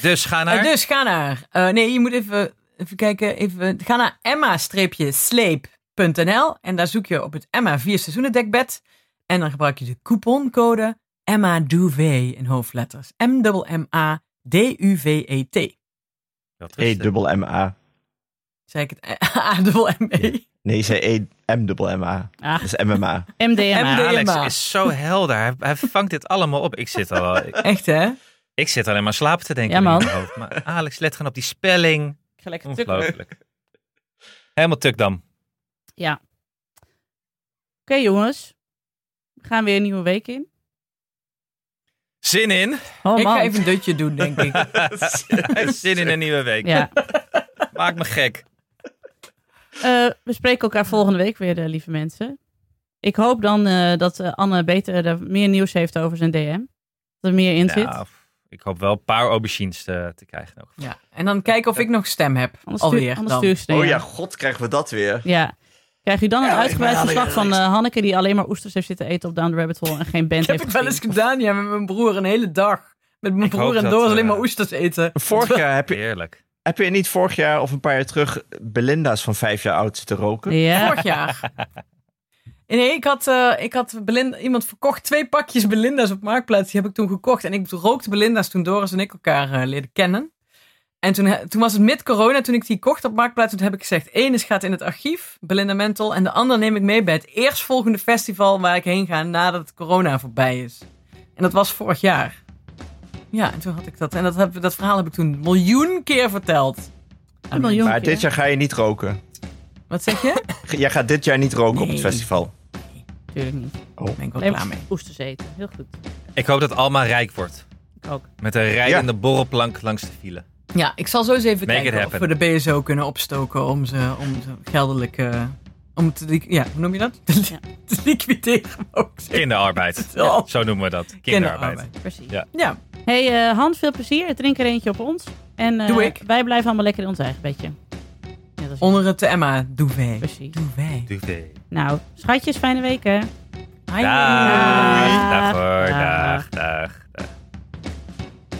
Dus ga naar... Eh, dus ga naar... eh, nee, je moet even, even kijken. Even, ga naar emma-sleep.nl en daar zoek je op het Emma 4 seizoenen dekbed. En dan gebruik je de couponcode Emma Duvet in hoofdletters. M-M-A-D-U-V-E-T. Wat is het? E-dubbel-M-A. Zeg ik het? A-M-E. Nee, je zei E E-M-dubbel-M-A. Ah, Dat is MMA. MDMA. MDMA. Alex is zo helder. Hij, hij vangt dit allemaal op. Ik zit, al, ik, Echt, Oh, hè? ik zit alleen maar slapen te denken. Ja, man. in mijn hoofd. Maar Alex, let gewoon op die spelling. Ik ga lekker tukken. Ongelooflijk. Helemaal tukdam. Ja. Oké, jongens. We gaan weer een nieuwe week in. Zin in. Oh, ik man. ga even een dutje doen, denk ik. Zin in een nieuwe week. Ja. Maak me gek. Eh, we spreken elkaar volgende week weer, eh, lieve mensen. Ik hoop dan eh, dat eh, Anne beter er meer nieuws heeft over zijn DM. Dat er meer in zit. Ja, ik hoop wel een paar aubergines eh, te, te krijgen. Ook. Ja. En dan kijken of ik nog stem heb. Anders stuur, Alweer. anders dan. stuur ik ze naar Oh ja, jou. god, krijgen we dat weer. Ja. Krijg u dan een Ja, uitgebreid ik ben verslag alleen- van eh, Hanneke die alleen maar oesters heeft zitten eten op Down the Rabbit Hole en geen band Dat heb heeft ik wel eens gezien. gedaan, ja, met mijn broer een hele dag. Met mijn Ik hoop broer en dat, Doris alleen eh, maar oesters eten. Vorig jaar heb je, Heerlijk. heb je niet vorig jaar of een paar jaar terug Belinda's van vijf jaar oud zitten roken? Ja. Vorig jaar. Nee, ik had, eh, ik had Belinda, iemand verkocht twee pakjes Belinda's op Marktplaats. Die heb ik toen gekocht. En ik rookte Belinda's toen Doris en ik elkaar eh, leerden kennen. En toen, he- toen was het mid-corona, toen ik die kocht op Marktplaats. Toen heb ik gezegd, één is gaat in het archief, Belinda Mentel. En de ander neem ik mee bij het eerstvolgende festival waar ik heen ga nadat corona voorbij is. En dat was vorig jaar. Ja, en toen had ik dat. En dat, heb, dat verhaal heb ik toen een miljoen keer verteld. Een miljoen Maar keer. dit jaar ga je niet roken. Wat zeg je? Daar Jij gaat dit jaar niet roken op het Nee. festival. Natuurlijk niet. ben ik wel Alleen klaar mee. maar oesters eten. Heel goed. Ik hoop dat Alma rijk wordt. Ik ook. Met een rijdende borrelplank langs de file. Ja, ik zal zo eens even Make it kijken of we happen. de BSO kunnen opstoken om ze, om ze geldelijk... eh, om te, li- ja, hoe noem je dat? Te, li- Ja. te liquideren. wou ik zeggen. Kinderarbeid. Oh. Ja. Zo noemen we dat. Kinderarbeid. Kinderarbeid. Precies. Ja. Ja, Hey eh, Han, veel plezier. Drink er eentje op ons. En eh, Doe ik. wij blijven allemaal lekker in ons eigen bedje. Net als onder het Emma. Doe wij. Precies. Doe wij. Doei. Nou, schatjes, fijne week hè. Dag. Hi. Dag hoor. Dag. Dag. Dag. dag.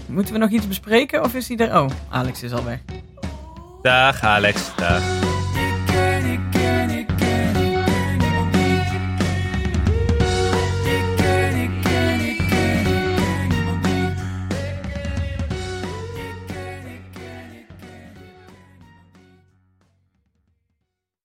Moeten we nog iets bespreken of is hij er? Oh, Alex is al weg. Dag Alex. Dag.